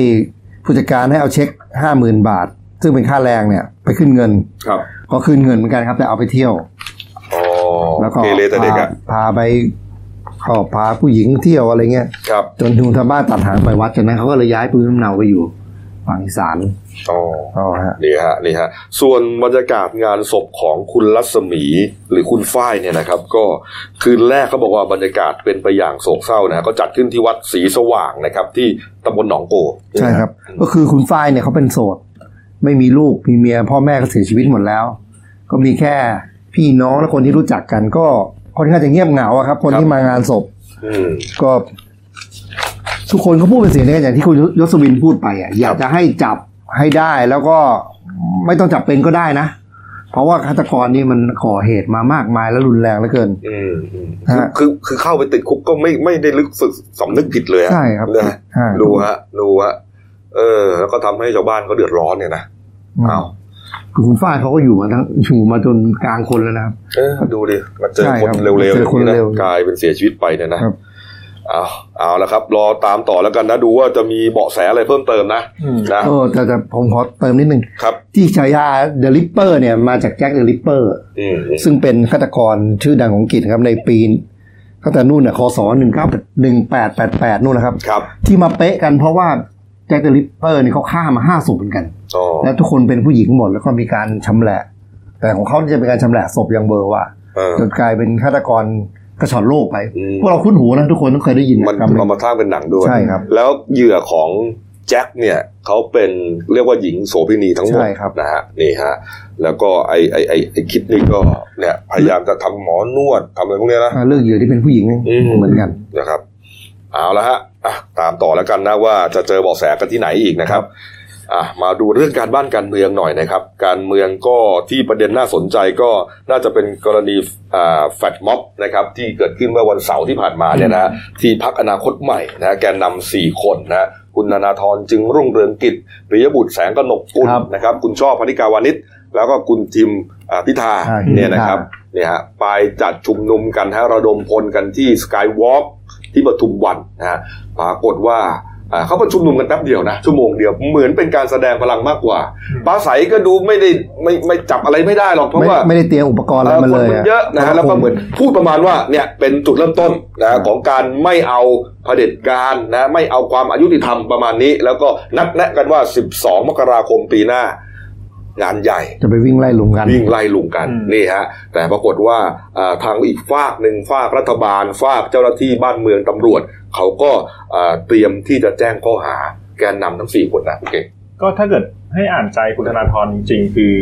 Speaker 2: ผู้จัดการให้เอาเช็ค 50,000 บาท ซึ่งเป็นค่าแรงเนี่ยไปขึ้นเงิน
Speaker 1: ครับ
Speaker 2: ก็ขึ้นเงินเหมือนกันครับ แต่เอาไปเที่ยว
Speaker 1: อ๋อ
Speaker 2: แล้วก็
Speaker 1: เกเรแต่เด็ก
Speaker 2: พา
Speaker 1: อะ
Speaker 2: พาไปขอพาผู้หญิงเที่ยวอะไรเงี้ย
Speaker 1: ครับ
Speaker 2: จนทุนทางบ้านตัดหางไปวัดจากนั้นเขาก็เลยย้ายปืนลำเนาไปอยู่ฝั่งอีสาน
Speaker 1: อ๋อ
Speaker 2: อ๋อฮะ
Speaker 1: นี่ฮะนี่ฮะส่วนบรรยากาศงานศพของคุณรัศมีหรือคุณฝ้ายเนี่ยนะครับ ก็คืนแรกเขาบอกว่าบรรยากาศเป็นไปอย่างโศกเศร้านะฮะก็จัดขึ้นที่วัดศรีสว่างนะครับ ที่ตำบลหนองโก
Speaker 2: ใช่ครับ ก็คือคุณฝ้ายเนี่ยเขาเป็นโสด ไม่มีลูกมีเมียพ่อแม่ก็เสียชีวิตหมดแล้ว ก็มีแค่พี่น้องและคนที่รู้จักกันก็ค่อนข้างจะเงียบเหงาอะครับ คนที่มางานศพ
Speaker 1: อืม
Speaker 2: ก็ทุกคนเขาพูดเป็นเสียงเดียวกันอย่างที่คุณยศวินพูดไปอ่ะอยากจะให้จับให้ได้แล้วก็ไม่ต้องจับเป็นก็ได้นะ เพราะว่าฆาตกรนี่มันก่อเหตุมามากมายและรุนแรงเหลือเกิน
Speaker 1: อืมอืมคือ
Speaker 2: ฮะ
Speaker 1: คือคือเข้าไปติดคุกก็ไม่ไม่ได้ลึกสึกสำนึกผิดเลยอะ
Speaker 2: ใช่ครับ
Speaker 1: นะฮะ
Speaker 2: ใช่
Speaker 1: ดูฮะดูฮะเออ แล้วก็ทำให้ชาวบ้านเขาเดือดร้อนเนี่ยนะ
Speaker 2: ม
Speaker 1: อ้าว
Speaker 2: คือคุณฝ้ายเขาก็อยู่มาทั้งอยู่มาจนกลางคนแล้วนะครับ
Speaker 1: เออดูดิมาเจอ
Speaker 2: ใช่
Speaker 1: คน
Speaker 2: ครับ
Speaker 1: เร็วๆ
Speaker 2: เจอคน
Speaker 1: ย่างะ
Speaker 2: เร็ว
Speaker 1: กลายเป็นเสียชีวิตไปเนี่ยนะครับ เอาเอาละครับ รอตามต่อแล้วกันนะดูว่าจะมีเบาะแสอะไรเพิ่มเติมนะ
Speaker 4: อืม
Speaker 1: นะ
Speaker 2: เออแต่แต่ผมขอเติมนิดนึง
Speaker 1: ครับ
Speaker 2: ที่ฉายาเดลิปเปอร์เนี่ยมาจากแจ็คเดลิปเปอร์
Speaker 1: อืม
Speaker 2: ซึ่งเป็นฆาตกรชื่อดังของอังกฤษครับในปีตั้งแต่นู่นน่ะคศ1918 18นู่นนะครับ
Speaker 1: ครับ
Speaker 2: ที่มาเป๊ะกันเพราะว่า แจ็คเดลิปเปอร์นี่เขาฆ่ามาห้าศพเหมือนกัน
Speaker 1: อ๋อ
Speaker 2: และทุกคนเป็นผู้หญิงหมดแล้วก็มีการชำแหละ แต่ของเขานี่จะเป็นการชำแหละศพอย่างเบอร์ว่า
Speaker 1: เออ
Speaker 2: จนกลายเป็นฆาตกรกระชอนโลกไป
Speaker 1: อืม
Speaker 2: พวกเราคุ้นหูนะทุกคนต้องเคยได้ยิน
Speaker 1: มัน
Speaker 2: คำนี้
Speaker 1: เอามาสร้างเป็นหนังด้วย
Speaker 2: ใช่ครับ
Speaker 1: แล้วเหยื่อของแจ็คเนี่ยเขาเป็นเรียกว่าหญิงโสเภณีทั้งหมด
Speaker 2: ใช่ครับ
Speaker 1: นะฮะนี่ฮะแล้วก็ไอไอไอไอคลิปนี้ก็เนี่ยพยายามจะทำหมอนวดทำอะไรพวกเนี้ยนะ
Speaker 2: อ่าเรื่องเหยื่อที่เป็นผู้หญิง
Speaker 1: อืม
Speaker 2: เหมือนกัน
Speaker 1: นะครับเอาละฮะอ่ะตามต่อแล้วกันนะว่าจะเจอเบาะแสกันที่ไหนอีกนะครับอ่ะมาดูเรื่องการบ้านการเมืองหน่อยนะครับ การเมืองก็ที่ประเด็นน่าสนใจก็น่าจะเป็นกรณีอ่าแฟดม็อบนะครับที่เกิดขึ้นเมื่อวันเสาร์ที่ผ่านมาเนี่ยนะที่พักอนาคตใหม่นะแกนนำสี่คนนะคุณนานาธรจึงรุ่งเรืองกิจปิยบุตรแสงกนกกุล
Speaker 2: ครับ
Speaker 1: นะครับ คุณช่อพนิกาวานิชแล้วก็คุณทิมอ่าพิธา
Speaker 2: อ่าพิธา
Speaker 1: เนี่ยนะครับ เนี่ยฮะไปจัดชุมนุมกันฮะระดมพลกันที่สกายวอล์กที่ปทุมวันนะฮะปรากฏว่าอ่าเขาประชุมนุมกันแป๊บเดียวนะ ชั่วโมงเดียวเหมือนเป็นการแสดงพลังมากกว่าปราศัยก็ดูไม่ได้ไม่ไม่จับอะไรไม่ได้หรอกเพราะ
Speaker 2: ไม่
Speaker 1: ว่า
Speaker 2: ไม่ได้เตรียมอุปกรณ์อะไรมา
Speaker 1: ค
Speaker 2: เล
Speaker 1: น
Speaker 2: ย
Speaker 1: มันเยอะนะฮะแล้วก็เหมือนพูดประมาณว่าเนี่ยเป็นจุดเริ่มต้นนะฮะของการไม่เอาเผด็จการนะไม่เอาความอายุติธรรมประมาณนี้ แล้วก็นัดแนะกันว่า 12 มกราคมปีหน้างานใหญ่
Speaker 2: จะไปวิ่งไล่ลุมกัน
Speaker 1: วิ่งไล่ลุงกัน
Speaker 4: อืม
Speaker 1: นี่ฮะแต่ปรากฏว่าอ่าทางอีกฝากหนึ่งฝากรัฐบาลฝากเจ้าหน้าที่บ้านเมืองตำรวจ เขาก็อ่าเตรียมที่จะแจ้งข้อหาแกนนำทั้งสี่คนนะโอเค
Speaker 4: ก็ถ้าเกิดให้อ่านใจคุณธนาธรจริงๆ คือ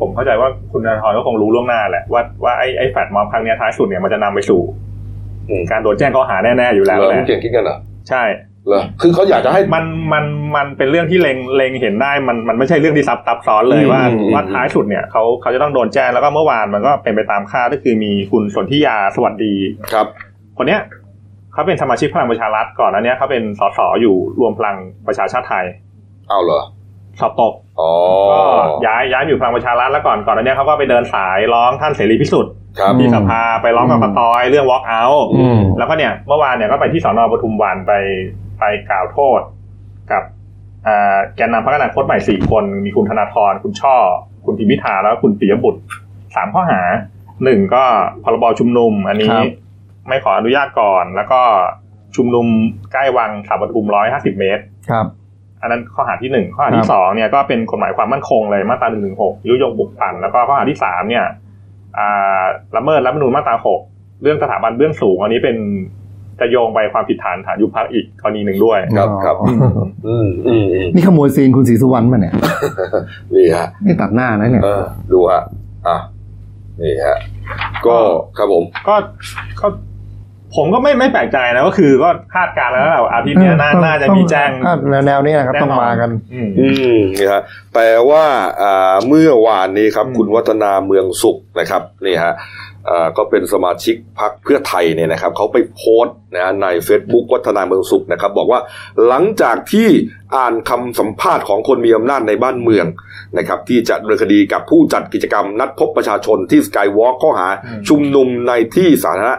Speaker 4: ผมเข้าใจว่าคุณธนาธรก็คงรู้ล่วงหน้าแหละว่าว่าไอ้ไอ้แฟดมอบครั้งเนี้ยท้ายสุดเนี่ยมันจะนำไปสู่
Speaker 1: อืม
Speaker 4: การโดนแจ้งข้อหาแน่ๆอยู่แล้ว
Speaker 1: เหรอ
Speaker 4: แห
Speaker 1: คุณ
Speaker 4: ละ
Speaker 1: เก่งคิดกันเหรอ
Speaker 4: ใช่
Speaker 1: เหรอคือเขาอยากจะให้
Speaker 4: มันมันมันเป็นเรื่องที่เลงเลงเห็นได้มันมันไม่ใช่เรื่องที่ซับซับซ้อนเลย
Speaker 1: อืม
Speaker 4: ว่า
Speaker 1: อืม
Speaker 4: ว่าท้ายสุดเนี่ยเขาเขาจะต้องโดนแจ้งแล้วก็เมื่อวานมันก็เป็นไปตามคาดก็คือมีคุณสนธิยาสวัสดี
Speaker 1: ครับ
Speaker 4: คนเนี้ยเขาเป็นสมาชิกพลังประชารัฐก่อนอันเนี้ยเขาเป็นสสอยู่รวมพลังประชาชาติไทย
Speaker 1: เอาเหรอ
Speaker 4: สอบตก
Speaker 1: อ๋อ
Speaker 4: ก็ย้ายย้ายมาอยู่พลังประชารัฐแล้วก่อนก่อนอันเนี้ยเขาก็ไปเดินสายร้องท่านเสรีพิสุทธิ์
Speaker 1: ครับ
Speaker 4: ที่สภาไปร้องกับ
Speaker 2: อืม
Speaker 4: ปตอยเรื่อง walk out
Speaker 2: อืม
Speaker 4: แล้วก็เนี่ยเมื่อวานเนี่ยก็ไปที่สอนอปทุมวันไปไปกล่าวโทษกับอ่าแกนนำพรรคอนาคตใหม่สี่คน มีคุณธนาธรคุณช่อ คุณพิมพิธาแล้วก็คุณปิยบุตรสามข้อหาหนึ่งก็พรบชุมนุม อัน
Speaker 2: ค
Speaker 4: นี้
Speaker 2: รับ
Speaker 4: ไม่ขออนุญาตก่อน แล้วก็ชุมนุมใกล้วังสามปทุมร้อยห้าสิบเมตร
Speaker 2: ครับ
Speaker 4: อันนั้นข้อหาที่หนึ่งข้อหา
Speaker 2: ครั
Speaker 4: ที่
Speaker 2: บ
Speaker 4: สองเนี่ยก็เป็นกฎหมายความมั่นคงเลยมาตราหนึ่งหนึ่งหกยุยงบุกปั่นแล้วก็ข้อหาที่สามเนี่ยอ่าละเมิดรัฐธรรมนูญมาตราหกเรื่องสถาบันเบื้องสูง อันนี้เป็นจะโยงไปความผิดฐานฐานยุบพักอีกกรณีหนึ่งด้วย
Speaker 1: ครับครับ
Speaker 2: อ๋อ
Speaker 1: อืมอืมอืม
Speaker 2: นี่ขโมยซีนคุณศรีสุวรรณมาเนี่ย
Speaker 1: นี่ฮะ
Speaker 2: นี่ตัดหน้านะเนี่ย
Speaker 1: เออดูฮะอ่ะนี่ฮะก็ครับผม
Speaker 4: ก็ก็ผมก็ไม่ไม่แปลกใจนะก็คือก็คาดการณ์แล้วแหละว่าอาทิตย์เนี้ยน่า
Speaker 2: เออ
Speaker 4: น่าจะ
Speaker 2: ต้อง
Speaker 4: มีแจ้ง
Speaker 2: ก็แนวๆนี้นะครับ
Speaker 4: แ
Speaker 2: ต้องมากัน
Speaker 4: อืม
Speaker 1: อืมนี่ฮะแต่ว่าอ่าเมื่อวานนี้ครับ
Speaker 4: อืม
Speaker 1: คุณวัฒนาเมืองสุขนะครับนี่ฮะอ่าก็เป็นสมาชิกพรรคเพื่อไทยเนี่ยนะครับเขาไปโพสต์นะฮะใน Facebook วัฒนาเมืองสุขนะครับ บอกว่าหลังจากที่อ่านคำสัมภาษณ์ของคนมีอำนาจในบ้านเมืองนะครับที่จะดำเนินคดีกับผู้จัดกิจกรรมนัดพบประชาชนที่สกายวอล์กข้อหา ชุมนุมในที่สาธารณะ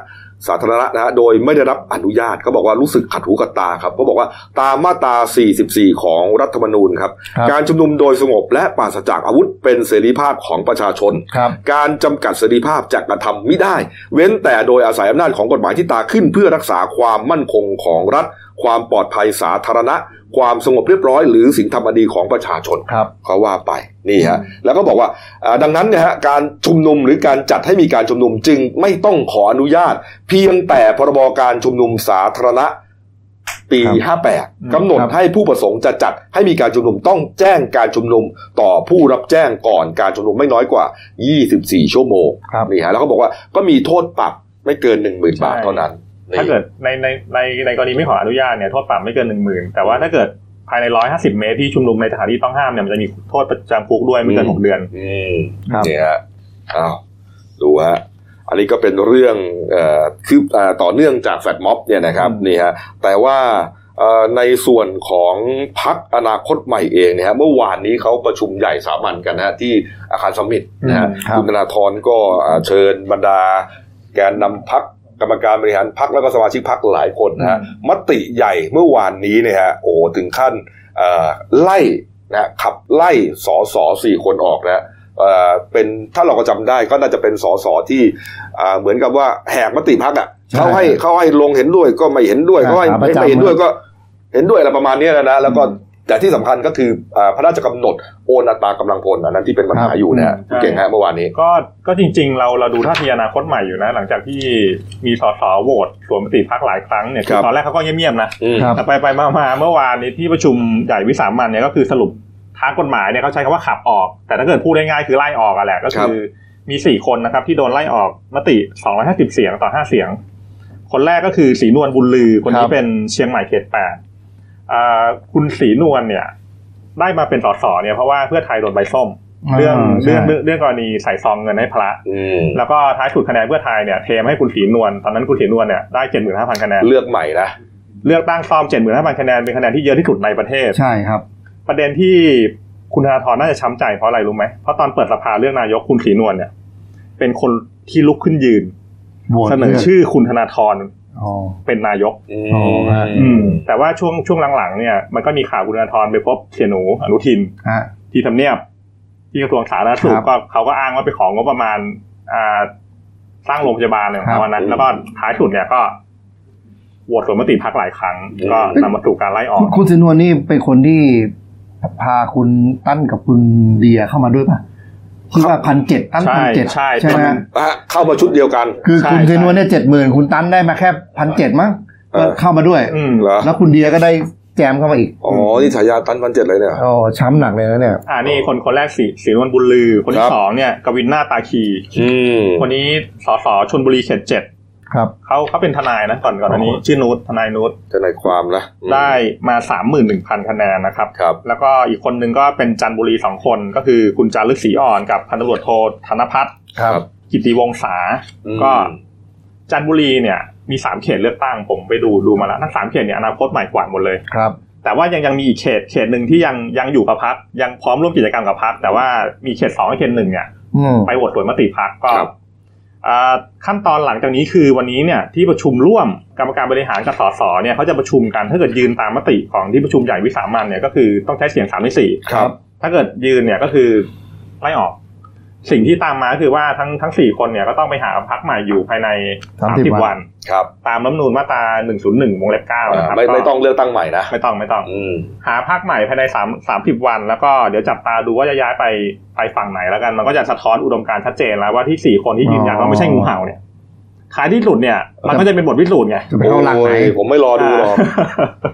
Speaker 1: สาธารณะนะฮะโดยไม่ได้รับอนุญาตเขาบอกว่ารู้สึกขัดหูขัดตาครับเขาบอกว่าตามมาตรา 44 ของรัฐธรรมนูญครับ
Speaker 2: ครับ
Speaker 1: การชุมนุมโดยสงบและปราศจากอาวุธเป็นเสรีภาพของประชาชน
Speaker 2: ครับ
Speaker 1: การจำกัดเสรีภาพจะกระทำไม่ได้ เว้นแต่โดยอาศัยอำนาจของกฎหมายที่ตราขึ้นเพื่อรักษาความมั่นคงของรัฐ ความปลอดภัยสาธารณะ ความสงบเรียบร้อย หรือสิ่งธรรมดีของประชาชน
Speaker 2: ครับ
Speaker 1: เขาว่าไปนี่ฮะแล้วก็บอกว่าอ่าดังนั้นเนี่ยฮะการชุมนุมหรือการจัดให้มีการชุมนุมจึงไม่ต้องขออนุญาต เพียงแต่พรบการชุมนุมสาธารณะปี
Speaker 2: ครับ
Speaker 1: 58กำหนด
Speaker 2: ครับ
Speaker 1: ให้ผู้ประสงค์จะจัดให้มีการชุมนุมต้องแจ้งการชุมนุมต่อผู้รับแจ้งก่อนการชุมนุมไม่น้อยกว่า 24 ชั่วโมง
Speaker 2: ครับ
Speaker 1: นี่ฮะแล้วเขาบอกว่าก็มีโทษปรับไม่เกิน 1 0,000 บาทเท่านั้นนี่
Speaker 4: ถ้าเกิดในในในในกรณีไม่ขออนุญาตเนี่ยโทษปรับไม่เกินหนึ่งหมื่นแต่ว่าถ้าเกิดภายในร้อยห้าสิบเมตรที่ชุมนุมในสถานที่ต้องห้ามเนี่ยมันจะมีโทษประจำคุกด้วยไม่เกินหกเดือน
Speaker 1: อืม
Speaker 2: ครับ
Speaker 1: เนี่ยฮะอ้าวดูฮะ อันนี้ก็เป็นเรื่องเอ่อคืบอ่าต่อเนื่องจากแฟดม็อบเนี่ยนะครับนี่ฮะ แต่ว่าเอ่อในส่วนของพักอนาคตใหม่เองเนี่ยฮะ เมื่อวานนี้เขาประชุมใหญ่สามัญกันนะฮะที่อาคารสมมิตนะฮะ
Speaker 4: อืม
Speaker 2: ครับ
Speaker 1: คุณธนาธรก็อ่าเชิญบรรดา แกนนำพักกรรมการบริหารพักแล้วก็สมาชิกพักหลายคนนะฮะ มติใหญ่เมื่อวานนี้เนี่ยฮะ โอ้โหถึงขั้นเอ่อไล่นะขับไล่สอสอสี่คนออกนะฮะ เอ่อเป็นถ้าเราก็จำได้ก็น่าจะเป็นสสที่อ่าเหมือนกับว่าแหกมติพักอ่ะ
Speaker 2: ใช่
Speaker 1: เขาให้เขาให้ลงเห็นด้วยก็ไม่เห็นด้วย
Speaker 2: อ่า
Speaker 1: เขาให้
Speaker 2: ขาประจำ
Speaker 1: ไม่เห็นด้วยก็เห็นด้วยอะไรประมาณเนี้ยนะนะแล้วก็ แต่ที่สำคัญก็คืออ่าพระราชกำหนดโอนอัตรากำลังพลอันนั้นที่เป็นปัญหาอยู่นะฮะ
Speaker 4: ครับ
Speaker 1: เก่งฮะเมื่อวานนี้
Speaker 4: ก็ก็จริง ๆ เราเราดูท่าทีอนาคตใหม่อยู่นะ หลังจากที่มีสสโหวตสวนมติพักหลายครั้งเนี่ย
Speaker 1: ค
Speaker 4: คือ
Speaker 1: รับ
Speaker 4: ตอนแรกเขาก็เงียบๆนะ
Speaker 1: อืม
Speaker 2: ครับ
Speaker 4: แต่ไปไปมามาเมื่อวานนี้ที่ประชุมใหญ่วิสามันเนี่ยก็คือสรุปทางกฎหมายเนี่ยเขาใช้คำว่าขับออก แต่ถ้าเกิดพูดง่ายๆคือไล่ออกอะแหละก็คือมีสี่คนนะครับที่โดนไล่ออกมติ 250 เสียงต่อ 5 เสียง คนแรกก็คือสีนวลบุญลือ คน
Speaker 2: ครั
Speaker 4: ที่
Speaker 2: บ
Speaker 4: เป็นเชียงใหม่เขตแปดอ่าคุณสีนวลเนี่ย ได้มาเป็นสสเนี่ยเพราะว่าเพื่อไทยโดนใบส้ม เรื่อง
Speaker 2: ใช่
Speaker 4: เรื่องเรื่องเรื่องกรณีใส่ซองเงินให้พระ
Speaker 1: อืม
Speaker 4: แล้วก็ท้ายสุดคะแนนเพื่อไทยเนี่ยเทมาให้คุณสีนวลตอนนั้นคุณสีนวลเนี่ยได้เจ็ดหมื่นห้าพันคะแนน
Speaker 1: เลือกใหม่นะ
Speaker 4: เลือกตั้งซ่อม 75,000 คะแนน เป็นคะแนนที่เยอะที่สุดในประเทศ
Speaker 2: ใช่ครับ
Speaker 4: ประเด็นที่คุณธนาธรน่าจะช้ำใจเพราะอะไรรู้ไหม เพราะตอนเปิดสภาเรื่องนายกคุณศรีนวลเนี่ย เป็นคนที่ลุกขึ้นยืน
Speaker 2: โหวต
Speaker 4: เสนอชื่อคุณธนาธร
Speaker 2: อ๋อ
Speaker 4: เป็นนายก
Speaker 1: อืม
Speaker 2: อ๋อฮะ
Speaker 4: อืม แต่ว่าช่วงช่วงหลังๆเนี่ยมันก็มีข่าวคุณธนาธรไปพบเสียหนูอนุทิน
Speaker 2: ฮะ
Speaker 4: ที่ทำเนียบ ที่กระทรวงสาธารณสุข
Speaker 2: ครับ
Speaker 4: ก็เขาก็อ้างว่าไปของงบประมาณอ่าสร้างโรงพยาบาลอะไรของเขา
Speaker 2: ครับ
Speaker 4: นะแล้วก็ท้ายสุดเนี่ยก็โหวตสวนมติพักหลายครั้ง ก็นำมาสู่การไล่ออ
Speaker 2: คุ
Speaker 4: ก
Speaker 2: ณคุณสินวนนี่เป็นคนที่พาคุณตั้นกับคุณเดียเข้ามาด้วยป่ะที่ว่าพันเจ็ดตั้น
Speaker 4: ใช่
Speaker 2: พันเจ็ด
Speaker 4: ใช่
Speaker 2: ใช่ไหมฮะ
Speaker 1: อ่ะเข้ามาชุดเดียวกัน
Speaker 2: คือ
Speaker 4: ใช่
Speaker 2: คุณ
Speaker 4: ใช่
Speaker 2: สินวนเนี่ยเจ็ดหมื่นคุณตั้นได้มาแค่พันเจ็ดมั้ง
Speaker 1: เออ
Speaker 2: ก็เข้ามาด้วย
Speaker 4: อืม
Speaker 1: เหรอ
Speaker 2: แล้วคุณเดียก็ได้แจมเข้ามาอีก
Speaker 1: อ๋อนี่ฉายาตันพันเจ็ดเลยเนี่ย
Speaker 2: โอ้ช้ำหนักเลยนะเนี่ย
Speaker 4: อ่านี่คนคนแรกสีสีนวลบุญลือ คน
Speaker 1: ครั
Speaker 4: ที่
Speaker 1: บ
Speaker 4: สองเนี่ยกวินหน้าตาคี
Speaker 1: อืม
Speaker 4: คนนี้สสชนบุรีเขตเจ็ด
Speaker 2: ครับ
Speaker 4: เขาเขาเป็นทนายนะก่อนก่อนอันนี้
Speaker 2: โอ้โห
Speaker 4: ชื่อนูตทนายนูต
Speaker 1: ทนายความนะอืม
Speaker 4: ได้มาสามหมื่นหนึ่งพันคะแนนนะครับ
Speaker 1: ครับ
Speaker 4: แล้วก็อีกคนนึงก็เป็นจันทบุรีสองคนก็คือคุณจารึกศรีอ่อนกับพันตำรวจโทธนพัฒน์
Speaker 1: ครับ
Speaker 4: กิติวงศา
Speaker 1: อืม
Speaker 4: ก็ จันทบุรีเนี่ย มีสามเขตเลือกตั้งผมไปดูดูมาแล้วทั้งสามเขตเนี่ยอนาคตใหม่กว่าหมดเลย
Speaker 2: ครับ
Speaker 4: แต่ว่ายังยังมีอีกเขตเขตหนึ่งที่ยังยังอยู่กับพักยังพร้อมร่วมกิจกรรมกับพักแต่ว่ามีเขตสองและเขตหนึ่งเนี่ย
Speaker 2: อืม
Speaker 4: ไปโหวตสวนมติพักก็
Speaker 1: ครับ
Speaker 4: อ่าขั้นตอนหลังจากนี้คือวันนี้เนี่ยที่ประชุมร่วมกรรมการบริหารกับสสเนี่ยเขาจะประชุมกันถ้าเกิดยืนตามมติของที่ประชุมใหญ่วิสามันเนี่ยก็คือต้องใช้เสียงสามในสี่
Speaker 1: ครับ
Speaker 4: ถ้าเกิดยืนเนี่ยก็คือไล่ออก สิ่งที่ตามมาก็คือว่าทั้งทั้งสี่คนเนี่ยก็ต้องไปหาพักใหม่อยู่ภายใน
Speaker 2: สาม
Speaker 4: สาม
Speaker 2: สิ
Speaker 4: สิ
Speaker 2: บบ วัน
Speaker 4: วัน
Speaker 1: ครับ
Speaker 4: ตามรัฐธรรมนูญมาตราหนึ่งศูนย์หนึ่งวงเล็บเก้านะครับ
Speaker 1: ไม่
Speaker 4: ก็
Speaker 1: ไม่ต้องเลือกตั้งใหม่นะ
Speaker 4: ไม่ต้องไม่ต้อง
Speaker 1: อืม
Speaker 4: หาพักใหม่ภายในสามสามสิบวันแล้วก็เดี๋ยวจับตาดูว่าจะย้ายไปไปฝั่งไหนแล้วกัน มันก็จะสะท้อนอุดมการณ์ชัดเจนแล้วว่าที่สี่คนที่ยืนยัน
Speaker 2: อ๋อ
Speaker 4: ว่าไม่ใช่งูเห่าเนี่ยท้ายที่สุดเนี่ย มันก็จะเป็นบทพิสูจน์ไง
Speaker 2: จะไปเข้าหลักไหน
Speaker 1: โอ้ยผมไม่รอดูหรอก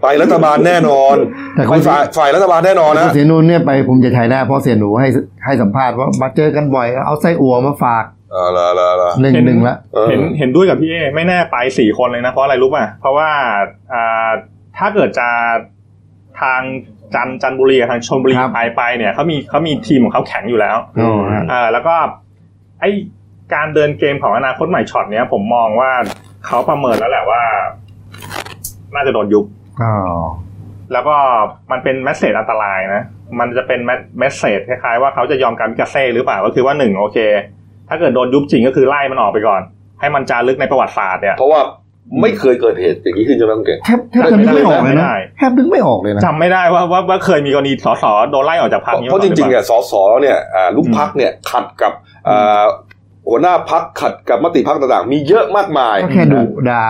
Speaker 1: ไปรัฐบาลแน่นอน
Speaker 2: แต่
Speaker 1: ไป
Speaker 2: คุณ
Speaker 1: ฝ่ายฝ่ายรัฐบาลแน่นอน
Speaker 2: คุ
Speaker 1: นะ
Speaker 2: ณเสียหนูเนี่ยไปภูมิใจไทยแน่เพราะเสียหนูให้ให้สัมภาษณ์ว่ามาเจอกันบ่อย เอาไส้อั่วมาฝาก
Speaker 1: เออละละละ
Speaker 2: หนึ่งหนึ่งละ
Speaker 1: ออ
Speaker 4: เห็นเห็นด้วยกับพี่เอไม่แน่ไปสี่คนเลยนะ เพราะอะไรรู้ป่ะ เพราะว่าอ่าถ้าเกิดจะทางจันจันทบุรีกับทางชลบุรี
Speaker 2: ครับ
Speaker 4: ไปไปเนี่ยเขามีเขามีทีมของเขาแข็งอยู่แล้ว
Speaker 2: อ๋อฮะ
Speaker 4: อ่าแล้วก็ไอการเดินเกมของอนาคตใหม่ช็อตเนี้ย ผมมองว่าเขาประเมินแล้วแหละว่า น่าจะโดนยุบ
Speaker 2: อ๋อ
Speaker 4: แล้วก็มันเป็นแมสเซจอันตรายนะ มันจะเป็นแมสเซจคล้ายๆว่าเขาจะยอมการมิกาเซ่หรือเปล่าก็คือว่าหนึ่งโอเค ถ้าเกิดโดนยุบจริงก็คือไล่มันออกไปก่อน ให้มันจารึกในประวัติศาสตร์เนี่ย
Speaker 1: เพราะว่าไม่เคยเกิดเหตุอย่างนี้ขึ้นจนต้องเก่ง
Speaker 2: แทบแทบจะนึกไม่ออกเลยนะแทบนึกไม่ออกเลยนะ
Speaker 4: จำไม่ได้ว่าว่าว่าเคยมีกรณีสสโดนไล่ออกจากพรรคนี้
Speaker 1: เพราะจริงๆเนี่ยสสเนี่ยอ่าลูกพักเนี่ยขัดกับอ่าหัวหน้าพักขัดกับมติพักต่างๆ มีเยอะมากมาย
Speaker 2: ก็แค่ดุด่า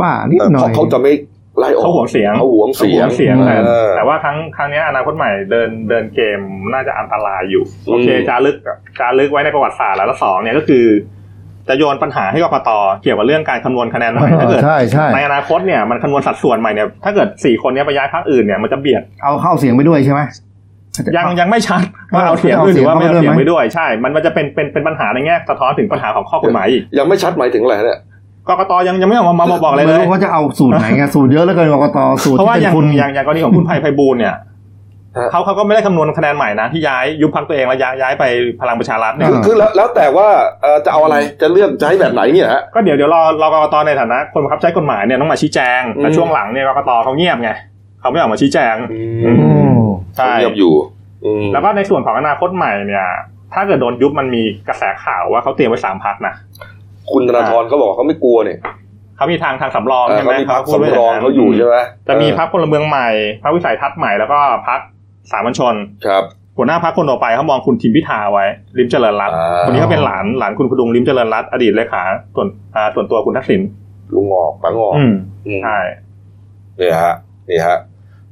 Speaker 2: บ้านิด
Speaker 1: เออ
Speaker 2: หน่
Speaker 1: เพ
Speaker 2: อ
Speaker 1: ราะ
Speaker 2: ย
Speaker 1: เขาจะไม่ไล่ออก
Speaker 4: เขาห่วงเสียง
Speaker 1: เขาหวงเสียง
Speaker 4: เสียงแต่
Speaker 1: เออ
Speaker 4: แต่ว่าครั้งครั้งเนี้ยอนาคตใหม่เดินเดินเกมน่าจะอันตรายอยู่
Speaker 1: อืม
Speaker 4: โอเคจารึกจารึกไว้ในประวัติศาสตร์แล้วแล้วสองเนี่ยก็คือ จะโยนปัญหาให้กกตเกี่ยวกับเรื่องการคำนวณคะแนนใหม่ถ้าเกิด
Speaker 2: ใช่ใช่
Speaker 4: ในอนาคตเนี่ยมันคำนวณสัดส่วนใหม่เนี่ยถ้าเกิดสี่คนเนี้ยไปย้ายพรรคอื่นเนี่ยมันจะเบียด
Speaker 2: เอาเข้าเสียงไปด้วยใช่ไหม
Speaker 4: ยังยังไม่ชัด
Speaker 2: เออ
Speaker 4: ว่าเอาเสียงด้วยหรือว่าไม่เอา
Speaker 2: เอาเสี
Speaker 4: เสี
Speaker 2: ย
Speaker 4: ย
Speaker 2: ง
Speaker 4: ง
Speaker 2: เข้าไปด้วยไหม
Speaker 4: ไปด้วยใช่ มันมันจะเป็นเป็นเป็นปัญหาในแง่สะท้อนถึงปัญหาของข้อกฎหมายอีก
Speaker 1: ยังไม่ชัดหมายถึงอะไรเนี่ย
Speaker 4: กกตยังยังไม่ออกมามาบอกอะไรเลย
Speaker 2: เขาจะเอาสูตรไหนไงสูตรเยอะแล้วเกินกกตสูตร
Speaker 4: เพราะ
Speaker 2: ที่
Speaker 4: ว่า
Speaker 2: เป็
Speaker 4: อ
Speaker 2: นคุณ
Speaker 4: ย่างอย่างอย่างกรณีของคุณไพไพบูลย์เนี่ย
Speaker 1: ะ
Speaker 4: เขาเขาก็ไม่ได้คำนวณคะแนนใหม่นะ ที่ย้ายยุบพักตัวเองแล้วย้ายย้ายไปพลังประชารัฐเนี่ย
Speaker 1: คือคือแล้วแล้วแต่ว่าเอ่อจะเอาอะไรจะเลือกจะให้แบบไหนเนี่ยฮะ
Speaker 4: ก็เดี๋ยวเดี๋ยวรอรอกรกตในฐานะ คนบังคับใช้กฎหมายเนี่ยต้องมาชี้แจง แต่
Speaker 1: อืม
Speaker 4: ช่วงหลังเนี่ยกรกตเขาเงียบไงเขาไม่ออกมาชี้แจง อื
Speaker 2: อืม
Speaker 4: ใช่
Speaker 1: เงียบอยู่อืม
Speaker 4: แล้วก็ในส่วนของอนาคตใหม่เนี่ย ถ้าเกิดโดนยุบมันมีกระแสข่าวว่าเขาเตรียมไว้สามพักนะ
Speaker 1: คุณธนาธรเขาบอกว่าเขาไม่กลัวเนี่ย
Speaker 4: เขามีทางทางสำรอง
Speaker 1: เออ
Speaker 4: ใช่ไห
Speaker 1: เขามี
Speaker 4: ม
Speaker 1: พัก
Speaker 4: พูดไว้
Speaker 1: สำรอง
Speaker 4: นั้น
Speaker 1: เขาอยู่ใช่ไหม
Speaker 4: จะมี
Speaker 1: เออ
Speaker 4: พักพลเมืองใหม่พักวิสัยทัศน์ใหม่แล้วก็พักสามัญชน
Speaker 1: ครับ
Speaker 4: หัวหน้าพักคนต่อไปเขามองคุณทิมพิธาไว้ ริมเจริญรัตน์
Speaker 1: อ่า
Speaker 4: คนนี้เขาเป็นหลานหลานคุณพดุงริมเจริญรัตน์อดีตเลขาส่วนอ่าส่วนตัวคุณทักษิณ
Speaker 1: ลุงงอกปังงอก
Speaker 4: อืม
Speaker 1: อืม
Speaker 4: ใช่
Speaker 1: เนี่ยฮะนี่ฮะ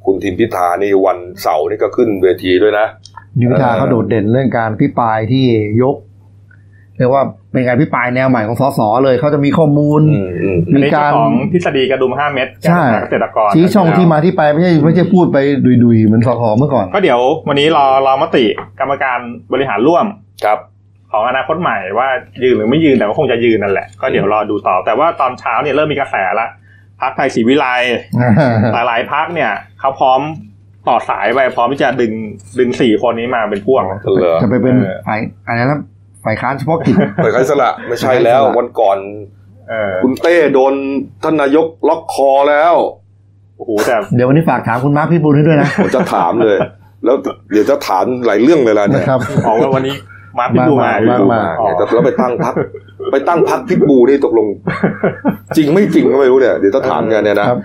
Speaker 1: คุณทิมพิธานี่วันเสาร์นี่ก็ขึ้นเวทีด้วยนะ
Speaker 2: นิวิธา
Speaker 1: เออ
Speaker 2: เขาโดดเด่นเรื่องการพิปรายที่ยกเรียกว่าเป็นการพิปรายแนวใหม่ของสสเลยเขาจะมีข้อมูล
Speaker 1: อืมอืม
Speaker 4: อัน
Speaker 2: มี
Speaker 4: นี้
Speaker 2: กา
Speaker 4: เจ้าร ของทฤษฎีกระดุมห้าเม็ดแก้ปัญหาเกษตรกร
Speaker 2: ชี้ช่องที่มาที่ไปไม่ใช่ไม่ใช่พูดไปดุยๆเหมือนสสเมื่อก่อน
Speaker 4: ก็เดี๋ยววันนี้รอรอมติกรรมการบริหารร่วม
Speaker 1: ครับ
Speaker 4: ของอนาคตใหม่ว่ายืนหรือไม่ยืนแต่ก็คงจะยืนนั่นแหละ ก็เดี๋ยวรอดูต่อ แต่ว่าตอนเช้าเนี่ยเริ่มมีกระแสละพักไทยศรีวิไลหลายๆพักเนี่ยเขาพร้อมต่อสายไปพร้อมที่จะดึงดึงสี่คนนี้มาเป็นพวก
Speaker 1: เหรอ
Speaker 2: จะไปเป็น
Speaker 4: เออ
Speaker 2: ฝ่ายอะไรนะฝ่ายค้านเฉพาะกิจ
Speaker 1: ไปใครสละไม่ใช่แล้ว
Speaker 2: ไปใครสละ
Speaker 1: วันก่อน
Speaker 4: เออ
Speaker 1: คุณเต้โดนท่านนายกล็อกคอแล้ว
Speaker 4: โอ้โหแต่
Speaker 2: เดี๋ยววันนี้ฝากถามคุณมาร์คพี่บุญให้ด้วยนะ
Speaker 1: ผมจะถามเลย แล้วเดี๋ยวจะถามหลายเรื่องเลยล่ะ
Speaker 2: นะ
Speaker 1: เนี่ย
Speaker 2: ครับ
Speaker 4: ของวันนี้มาพี่บูมา
Speaker 2: มากมาก
Speaker 1: เนี่ยแต่แล้วไปตั้งพัก ไปตั้งพักพิษบูนี่ตกล ง จริงไม่จริงก็ไม่รู้เนี่ยเดี๋ยวจะถามกันเนี่ยนะครับ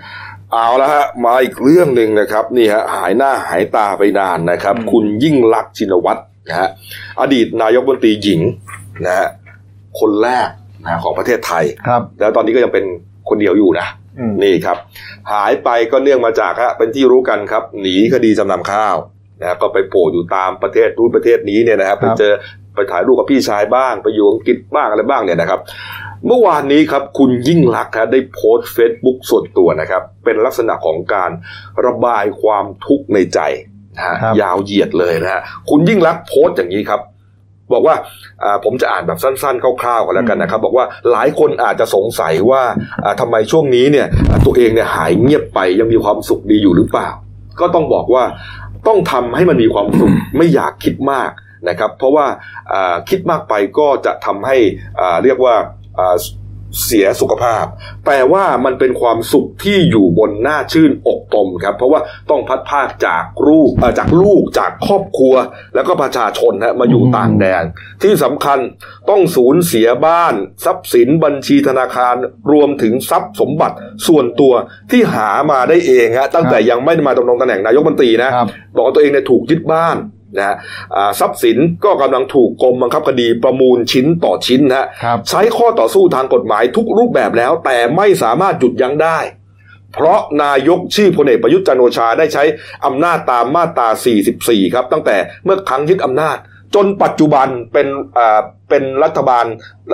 Speaker 1: เอาละฮะมาอีกเรื่องหนึ่งนะครับนี่ฮะหายหน้าหายตาไปนานนะครับ
Speaker 4: อืม
Speaker 1: คุณยิ่งลักษณ์ชินวัตรนะฮะอดีตนายกบัญชีหญิงนะฮะคนแรกนะของประเทศไทย
Speaker 2: ครับ
Speaker 1: แล้วตอนนี้ก็ยังเป็นคนเดียวอยู่นะ
Speaker 4: อืม
Speaker 1: นี่ครับ หายไปก็เนื่องมาจากฮะเป็นที่รู้กันครับ หนีคดีจำนำข้าวนะก็ไปโผล่อยู่ตามประเทศนู้นประเทศนี้เนี่ยนะครับไปเจอไปถ่ายรูปกับพี่ชายบ้าง ไปอยู่อังกฤษบ้างอะไรบ้างเนี่ยนะครับ เมื่อวานนี้ครับคุณยิ่งลักษณ์ฮะได้โพสต์เฟซบุ๊กส่วนตัวนะครับ เป็นลักษณะของการระบายความทุกข์ในใจนะฮะยาวเหยียดเลยนะฮะคุณยิ่งลักษณ์โพสต์อย่างนี้ครับ บอกว่าอ่าผมจะอ่านแบบสั้นๆ คร่าวๆกันแล้วกันนะครับ บอกว่าหลายคนอาจจะสงสัยว่าอ่าทำาไมช่วงนี้เนี่ยอ่าตัวเองเนี่ยหายเงียบไปยังมีความสุขดีอยู่หรือเปล่า ก็ต้องบอกว่าต้องทำให้มันมีความสุข ไม่อยากคิดมากนะครับ เพราะว่าอ่าคิดมากไปก็จะทำให้อ่าเรียกว่าอ่าเสียสุขภาพ แต่ว่ามันเป็นความสุขที่อยู่บนหน้าชื่นอกตมครับ เพราะว่าต้องพัดภาคจากลูกเอ่อจากลูกจากครอบครัว แล้วก็ประชาชนฮะมาอยู่ต่างแดน ที่สำคัญต้องสูญเสียบ้าน ทรัพย์สินบัญชีธนาคารรวมถึงทรัพย์สมบัติส่วนตัวที่หามาได้เองฮะตั้งแต่ยังไม่ได้มาดำรงตำแหน่งนายกบัญชีนะ
Speaker 2: ครับ
Speaker 1: บอกว่าตัวเองเนี่ยถูกยึดบ้านนะฮะอ่าทรัพย์สินก็กำลังถูกกรมบังคับคดีประมูลชิ้นต่อชิ้นนะฮะ
Speaker 2: ครับ
Speaker 1: ใช้ข้อต่อสู้ทางกฎหมายทุกรูปแบบแล้ว แต่ไม่สามารถหยุดยั้งได้ เพราะนายกชื่อพลเอกประยุทธ์จันทร์โอชาได้ใช้อำนาจตามมาตรา 44 ครับ ตั้งแต่เมื่อครั้งยึดอำนาจ จนปัจจุบันเป็นอ่าเป็นรัฐบาล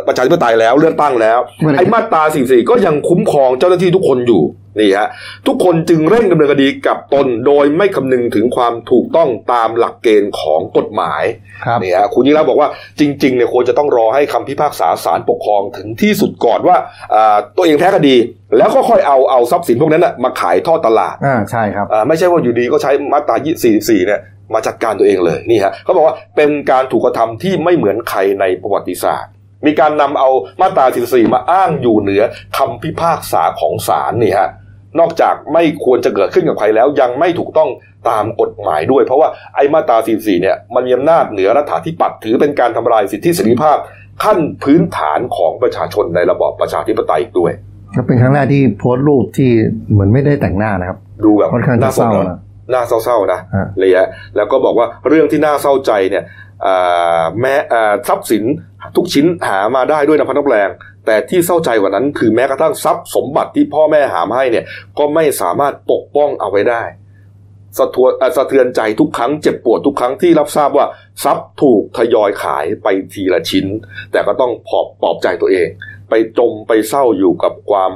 Speaker 1: ประชาธิปไตยแล้วเลือกตั้งแล้ว
Speaker 2: ไม่ได้
Speaker 1: ไอ้มาตรา 44 ก็ยังคุ้มครองเจ้าหน้าที่ทุกคนอยู่นี่ฮะทุกคนจึงเร่งดำเนินคดีกับตนโดยไม่คำนึงถึงความถูกต้องตามหลักเกณฑ์ของกฎหมาย
Speaker 2: ครับ
Speaker 1: เนี่ยคุณยิ่งรักษณ์บอกว่าจริงๆเนี่ยควรจะต้องรอให้คำพิพากษาศาลปกครองถึงที่สุดก่อนว่าอ่าตัวเองแพ้คดี แล้วก็ค่อยเอาเอาทรัพย์สินพวกนั้นนะมาขายทอดตลาด
Speaker 2: อ่าใช่ครับ
Speaker 1: อ่าไม่ใช่ว่าอยู่ดีก็ใช้มาตรา44เนี่ยมาจัดการตัวเองเลยนี่ฮะเขาบอกว่าเป็นการถูกกระทำที่ไม่เหมือนใครในประวัติศาสตร์ มีการนำเอามาตรา44มาอ้างอยู่เหนือคำพิพากษาของศาลนี่ฮะนอกจากไม่ควรจะเกิดขึ้นกับใครแล้วยังไม่ถูกต้องตามกฎหมายด้วย เพราะว่าไอ้มาตรา44เนี่ยมันมีอำนาจเหนือรัฐาธิปัตย์ถือเป็นการทำลายสิทธิเสรีภาพ ขั้นพื้นฐานของประชาชนในระบอบประชาธิปไตยอีกด้วย
Speaker 2: ก็เป็นครั้งแรกที่โพสต์รูปที่เหมือนไม่ได้แต่งหน้านะครับ
Speaker 1: ดูแบบ
Speaker 2: ค่อนข้างจะเศร้านะ
Speaker 1: น่าเศร้าๆนะ
Speaker 2: ฮะ
Speaker 1: เลยฮะแล้วก็บอกว่าเรื่องที่น่าเศร้าใจเนี่ยอ่าแม้อ่าทรัพย์สินทุกชิ้นหามาได้ด้วยน้ำพักน้ำแรง แต่ที่เศร้าใจกว่านั้นคือแม้กระทั่งทรัพย์สมบัติที่พ่อแม่หามาให้เนี่ยก็ไม่สามารถปกป้องเอาไว้ได้ สะทวนอ่าสะเทือนใจทุกครั้งเจ็บปวดทุกครั้งที่รับทราบว่าทรัพย์ถูกทยอยขายไปทีละชิ้น แต่ก็ต้องปลอบปลอบใจตัวเอง ไปจมไปเศร้าอยู่กับความ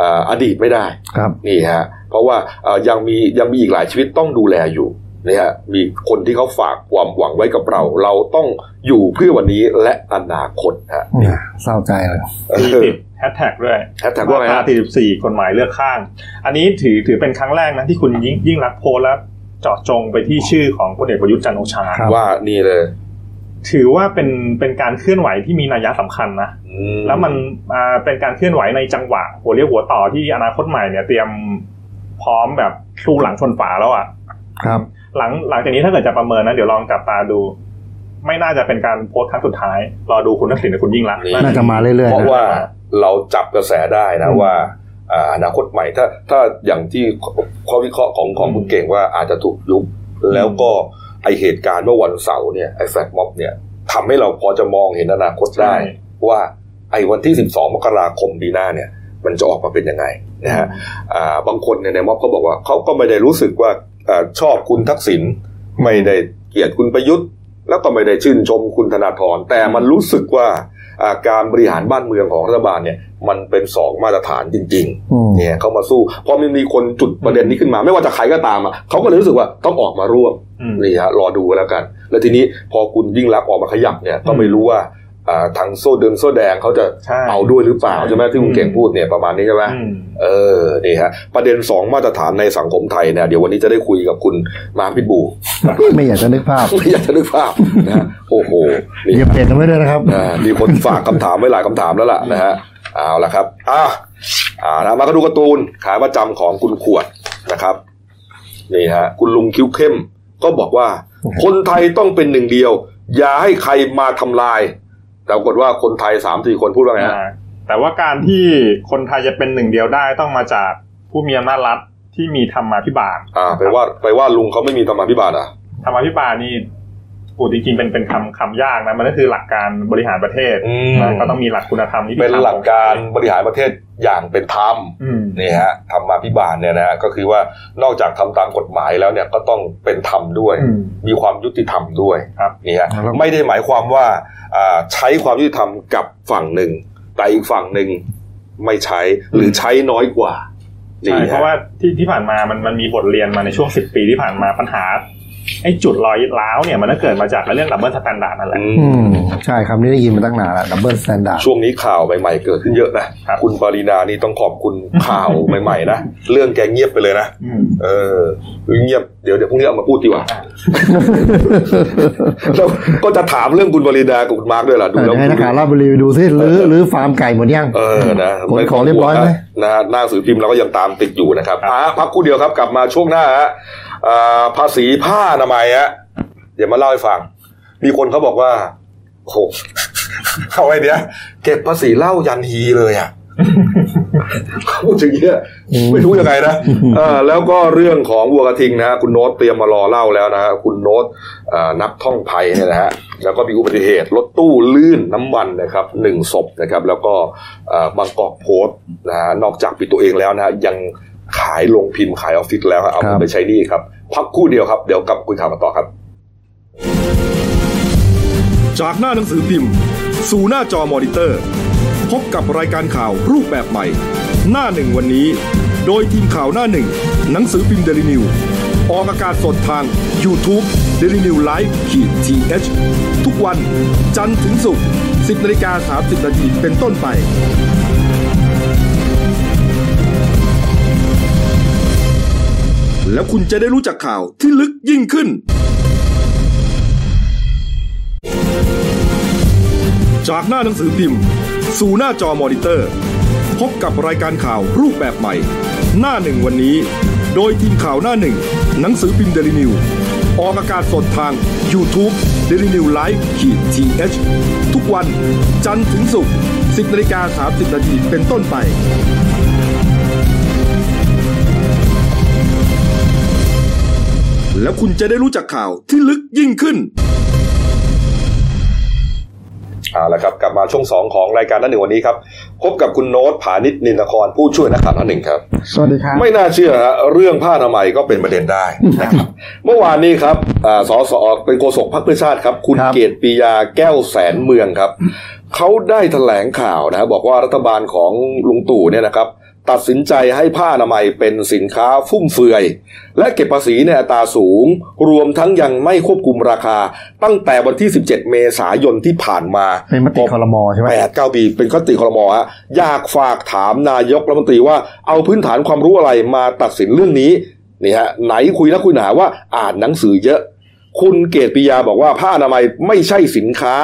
Speaker 1: อ่าอดีตไม่ได้
Speaker 2: ครับ
Speaker 1: นี่ฮะเพราะว่าเอ่อยังมียังมีอีกหลายชีวิตต้องดูแลอยู่นี่ฮะมีคนที่เขาฝากความหวังไว้กับเรา เราต้องอยู่เพื่อวันนี้และอนาคตฮะ
Speaker 2: อ่าเศร้าใจเลย
Speaker 4: มีติดแฮชแท็กด้วย
Speaker 1: แฮชแท็กว่าไง
Speaker 4: มาต
Speaker 1: ฮะ
Speaker 4: รา44กฎหมายเลือกข้าง อันนี้ถือถือเป็นครั้งแรกนะที่คุณยิ่งยิ่งรักษณ์โพลแล้วเจาะจงไปที่ชื่อของพลเอกประยุทธ์จันทร์โอชา
Speaker 2: ครับ
Speaker 1: ว่านี่เลย
Speaker 4: ถือว่าเป็นเป็นการเคลื่อนไหวที่มีนัยยะสำคัญนะ
Speaker 1: อื
Speaker 4: แล้วมันอ่าเป็นการเคลื่อนไหวในจังหวะ หัวเรียวหัวต่อที่อนาคตใหม่เนี่ย เตรียมพร้อมแบบสู้หลังชนฝาแล้วอ่ะ
Speaker 2: ครับ
Speaker 4: หลังหลังจากนี้ถ้าเกิดจะประเมินนะเดี๋ยวลองจับตาดู ไม่น่าจะเป็นการโพสต์ครั้งสุดท้าย รอดูคุณทักษิณกับคุณยิ่งรักษณ์
Speaker 2: น่าจะมาเรื่อย
Speaker 1: เพ
Speaker 2: ๆนะ
Speaker 1: ราะว่าเราจับกระแสได้นะ
Speaker 4: อืม
Speaker 1: ว่าอ่าอนาคตใหม่ถ้าถ้าอย่างที่ข้อวิเคราะห์ของของ
Speaker 4: อืม
Speaker 1: คุณเก่งว่าอาจจะถูกยุบแล้วก็ไอเหตุการณ์เมื่อวันเสาร์เนี่ยไอแฟลตม็อบเนี่ยทำให้เราพอจะมองเห็นอนาคตได้
Speaker 4: ใช่
Speaker 1: ว่าไอ้วันที่ 12 มกราคมปีหน้าเนี่ย มันจะออกมาเป็นยังไงนะฮะอ่าบางคนเนี่ยในม็อบเขาบอกว่าเขาก็ไม่ได้รู้สึกว่า เออชอบคุณทักษิณไม่ได้เกลียดคุณประยุทธ์ แล้วก็ไม่ได้ชื่นชมคุณธนาธรแต่มันรู้สึกว่าอ่าการบริหารบ้านเมืองของรัฐบาลเนี่ยมันเป็นสองมาตรฐานจริง ๆ
Speaker 2: อืม
Speaker 1: เนี่ยเขามาสู้พอมันมีคนจุดประเด็นนี้ขึ้นมา ไม่ว่าจะใครก็ตามอ่ะเขาก็เลยรู้สึกว่าต้องออกมาร่วม
Speaker 4: อืม
Speaker 1: นี่ฮะรอดูแล้วกัน แล้วทีนี้พอคุณยิ่งรักษณ์ออกมาขยับเนี่ยก็ไม่รู้ว่าอ่าทางโซ่เดิมโซ่แดงเขาจะ
Speaker 4: ใช่
Speaker 1: เอาด้วยหรือเปล่า
Speaker 4: ใช่
Speaker 1: ใช่ไหมที่คุณเก่งพูดเนี่ยประมาณนี้ใช่ไหม
Speaker 4: อืม
Speaker 1: เออนี่ฮะประเด็นสองมาตรฐานในสังคมไทยเนี่ยเดี๋ยววันนี้จะได้คุยกับคุณมาร์คพิทบู
Speaker 2: ไม่อยากจะนึกภาพ
Speaker 1: ไม่อยากจะนึกภาพนะฮะโอ้โหนี่
Speaker 2: อย่าเปลี่ยนเอาไว้ด้วยนะครับ
Speaker 1: อ่ามีคนฝากคำถามไว้หลายคำถามแล้วล่ะนะฮะเอาละครับอ่ะอ่านะมาก็ดูการ์ตูนขาประจำของคุณขวดนะครับนี่ฮะคุณลุงคิ้วเข้มก็บอกว่า คนไทยต้องเป็นหนึ่งเดียว อย่าให้ใครมาทำลายแต่ปรากฏว่าคนไทยสามสี่คนพูดว่าไงฮะ
Speaker 4: อ่าแต่ว่าการที่คนไทยจะเป็นหนึ่งเดียวได้ต้องมาจากผู้มีอำนาจรัฐที่มีธรรมาภิบาล
Speaker 1: อ่าไปว่าไปว่าลุงเขาไม่มีธรรมาภิบาลอ่ะ
Speaker 4: ธรรมาภิบาลนี่โอ้จริงๆเป็นเป็นคำคำยากนะมันก็คือหลักการบริหารประเทศ
Speaker 1: อืม
Speaker 4: นะก็ต้องมีหลักคุณธรรมนิติธรรม
Speaker 1: เป็นหลักการบริหารประเทศอย่างเป็นธรรม
Speaker 4: อืม
Speaker 1: นี่ฮะธรรมาภิบาลเนี่ยนะฮะก็คือว่านอกจากทำตามกฎหมายแล้วเนี่ยก็ต้องเป็นธรรมด้วย
Speaker 4: อืม
Speaker 1: มีความยุติธรรมด้วย
Speaker 4: ครับ
Speaker 1: นี่ฮะ
Speaker 2: ครับ
Speaker 1: ไม่ได้หมายความว่าอ่าใช้ความยุติธรรมกับฝั่งหนึ่ง แต่อีกฝั่งหนึ่งไม่ใช้หรือใช้น้อยกว่านี่
Speaker 4: ใช่เพ
Speaker 1: ฮะ
Speaker 4: ราะว่าที่ที่ผ่านมามันมันมีบทเรียนมาในช่วงสิบปีที่ผ่านมาปัญหาไอ้จุดรอยร้าวเนี่ยมันก็เกิดมาจากเรื่องดับเบิลสแตนดาร์ดนั่นแหละ
Speaker 1: อื
Speaker 2: อื
Speaker 1: ม
Speaker 2: มใช่ครับนี่ได้ยินมาตั้งนานแล้วดับเบิลสแตนดาร์ด
Speaker 1: ช่วงนี้ข่าวใหม่ๆเกิดขึ้นเยอะนะครับ คุณปรินานี่ต้องขอบคุณข่าวใหม่ๆนะเรื่องแกเงียบไปเลยนะ
Speaker 4: อืม
Speaker 1: เออเงียบเดี๋ยวเดี๋ยวพรุ่งนี้เอามาพูดดีกว่าแล้วก็จะถามเรื่องคุณปรินากับคุณมาร์กด้วยล่ะดูแล้ว
Speaker 2: ให้นักข่าวราชบุรีไปดูซิหรือหรือฟาร์มไก่หมดยัง
Speaker 1: เออ นะ
Speaker 2: ขนของเรียบร้อยไหม
Speaker 1: นะฮะหน้าสื่อพิมพ์เราก็ยังตามติดอยู่นะครับ
Speaker 4: ครับ
Speaker 1: อ่ะพักครู่เดียวครับ กลับมาช่วงหน้าฮะอ่าภาษีผ้าอนามัยฮะ เดี๋ยวมาเล่าให้ฟัง มีคนเขาบอกว่าโอ้โห เอาไอเดียเก็บภาษีเหล้ายันฮีเลยอ่ะ พูดถึงเนี้ยไม่รู้ยังไงนะเออแล้วก็เรื่องของวัวกระทิงนะฮะคุณโน้ตเตรียมมารอเล่าแล้วนะฮะคุณโน้ตเอ่อนักท่องไัยเนี่ยนะฮะแล้วก็มีอุบัติเหตุรถตู้ลื่นน้ำมันนะครับหนึ่งศพนะครับ แล้วก็เอ่อบางกอกโพสต์นะฮะนอกจากปิดตัวเองแล้วนะฮะยังขายลงพิมพ์ขายออฟฟิศแล้วฮะเอา
Speaker 2: ครับ
Speaker 1: ไปใช้หนี่ครับพักครู่เดียวครับเดี๋ยวกลับมาคุยข่าวกันต่อครับ
Speaker 5: จากหน้าหนังสือพิมพ์ สู่หน้าจอมอนิเตอร์ พบกับรายการข่าวรูปแบบใหม่ หน้าหนึ่งวันนี้ โดยทีมข่าวหน้าหนึ่ง หนังสือพิมพ์เดลิวิวออกอากาศสดทาง YouTube d e l i n e w l i v e ขีดทีเทุกวันจันทร์ถึงศุกร์10นาฬิกา30นาทีเป็นต้นไป แล้วคุณจะได้รู้จักข่าวที่ลึกยิ่งขึ้น จากหน้าหนังสือพิมพ์ สู่หน้าจอมอนิเตอร์ พบกับรายการข่าวรูปแบบใหม่ หน้าหนึ่งวันนี้ โดยทีมข่าวหน้าหนึ่ง หนังสือพิมพ์เดลิวิวออกอากาศสดทาง YouTube d e l i n e w l i v e ขีดทีเทุกวันจันทร์ถึงศุกร์10นาฬิกา30นาทีเป็นต้นไป แล้วคุณจะได้รู้จักข่าวที่ลึกยิ่งขึ้น
Speaker 1: เอาละครับกลับมาช่วงสองของรายการหนั่นหนึ่งวันนี้ครับ พบกับคุณโน้ตผานิชนินทครผู้ช่วยนักข่าวหนั่นหนึ่งครับ
Speaker 2: สวัสดีครับ
Speaker 1: ไม่น่าเชื่อฮะเรื่องผ้าอนามัยก็เป็นประเด็นได้นะครับเมื่อวานนี้ครับอ่าสสเป็นโฆษกพรรคเพื่อชาติครับ คุณ
Speaker 2: ครับ
Speaker 1: เกตปียาแก้วแสนเมืองครับ เขาได้แถลงข่าวนะฮะบอกว่ารัฐบาลของลุงตู่เนี่ยนะครับ ตัดสินใจให้ผ้าอนามัยเป็นสินค้าฟุ่มเฟือย และเก็บภาษีในอัตราสูง รวมทั้งยังไม่ควบคุมราคา ตั้งแต่วันที่ 17 เมษายนที่ผ่านมา
Speaker 2: เป็นมติคอรมอใช่ไหม
Speaker 1: แปดเก้าปีเป็นข้อติคอรมอฮะอยากฝากถามนายกรัฐมนตรีว่าเอาพื้นฐานความรู้อะไรมาตัดสินเรื่องนี้นี่ฮะไหนคุยนะคุยหนาว่าอ่านหนังสือเยอะ คุณเกตปิยาบอกว่าผ้าอนามัยไม่ใช่สินค้า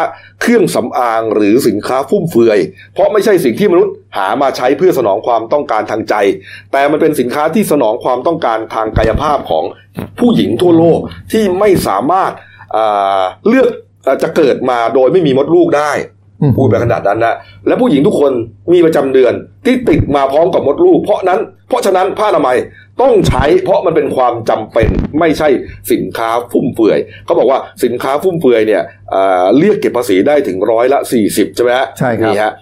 Speaker 1: เครื่องสำอางหรือสินค้าฟุ่มเฟือย เพราะไม่ใช่สิ่งที่มนุษย์หามาใช้เพื่อสนองความต้องการทางใจ แต่มันเป็นสินค้าที่สนองความต้องการทางกายภาพของผู้หญิงทั่วโลกที่ไม่สามารถอ่าเลือกอ่าจะเกิดมาโดยไม่มีมดลูกได้
Speaker 2: อืม
Speaker 1: พูดไปขนาดนั้นนะและผู้หญิงทุกคนมีประจำเดือนที่ติดมาพร้อมกับมดลูก เพราะนั้น เพราะฉะนั้นผ้าอนามัยต้องใช้เพราะมันเป็นความจำเป็นไม่ใช่สินค้าฟุ่มเฟือยเขาบอกว่าสินค้าฟุ่มเฟือยเนี่ยเอ่อเรียกเก็บภาษีได้ถึงร้อยละ40ใช่ไหมฮะ
Speaker 2: ใช่ครับ
Speaker 1: นี่ฮะ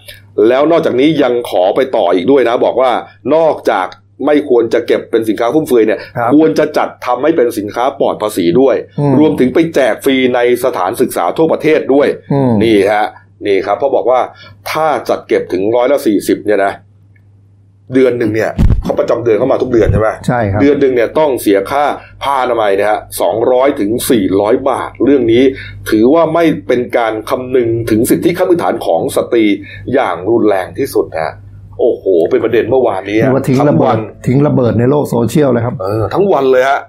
Speaker 1: แล้วนอกจากนี้ยังขอไปต่ออีกด้วยนะ บอกว่านอกจาก ไม่ควรจะเก็บเป็นสินค้าฟุ่มเฟือยเนี่ย
Speaker 2: ครับ
Speaker 1: ควรจะจัดทำให้เป็นสินค้าปลอดภาษีด้วย
Speaker 2: อืม
Speaker 1: รวมถึงไปแจกฟรีในสถานศึกษาทั่วประเทศด้วย
Speaker 2: อืม
Speaker 1: นี่ฮะ นี่ครับเขาบอกว่าถ้าจัดเก็บถึงร้อยละสี่สิบเนี่ยนะ เดือนหนึ่งเนี่ยเขาประจำเดือนเข้ามาทุกเดือนใช่ไหม
Speaker 2: ใช่ครับ
Speaker 1: เดือนหนึ่งเนี่ยต้องเสียค่าผ้าอนามัยนะฮะสองร้อยถึงสี่ร้อยบาท เรื่องนี้ถือว่าไม่เป็นการคำนึงถึงสิทธิขั้นพื้นฐานของสตรีอย่างรุนแรงที่สุดนะฮะโอ้โห เป็นประเด็นเมื่อวานนี้
Speaker 2: เรียกว่าทิ้งระ
Speaker 1: ทั้ง
Speaker 2: เบิ
Speaker 1: วั
Speaker 2: ด
Speaker 1: น
Speaker 2: ทิ้งระเบิดในโลกโซเชียลเลยครับ
Speaker 1: เออ ทั้งวันเลยฮะ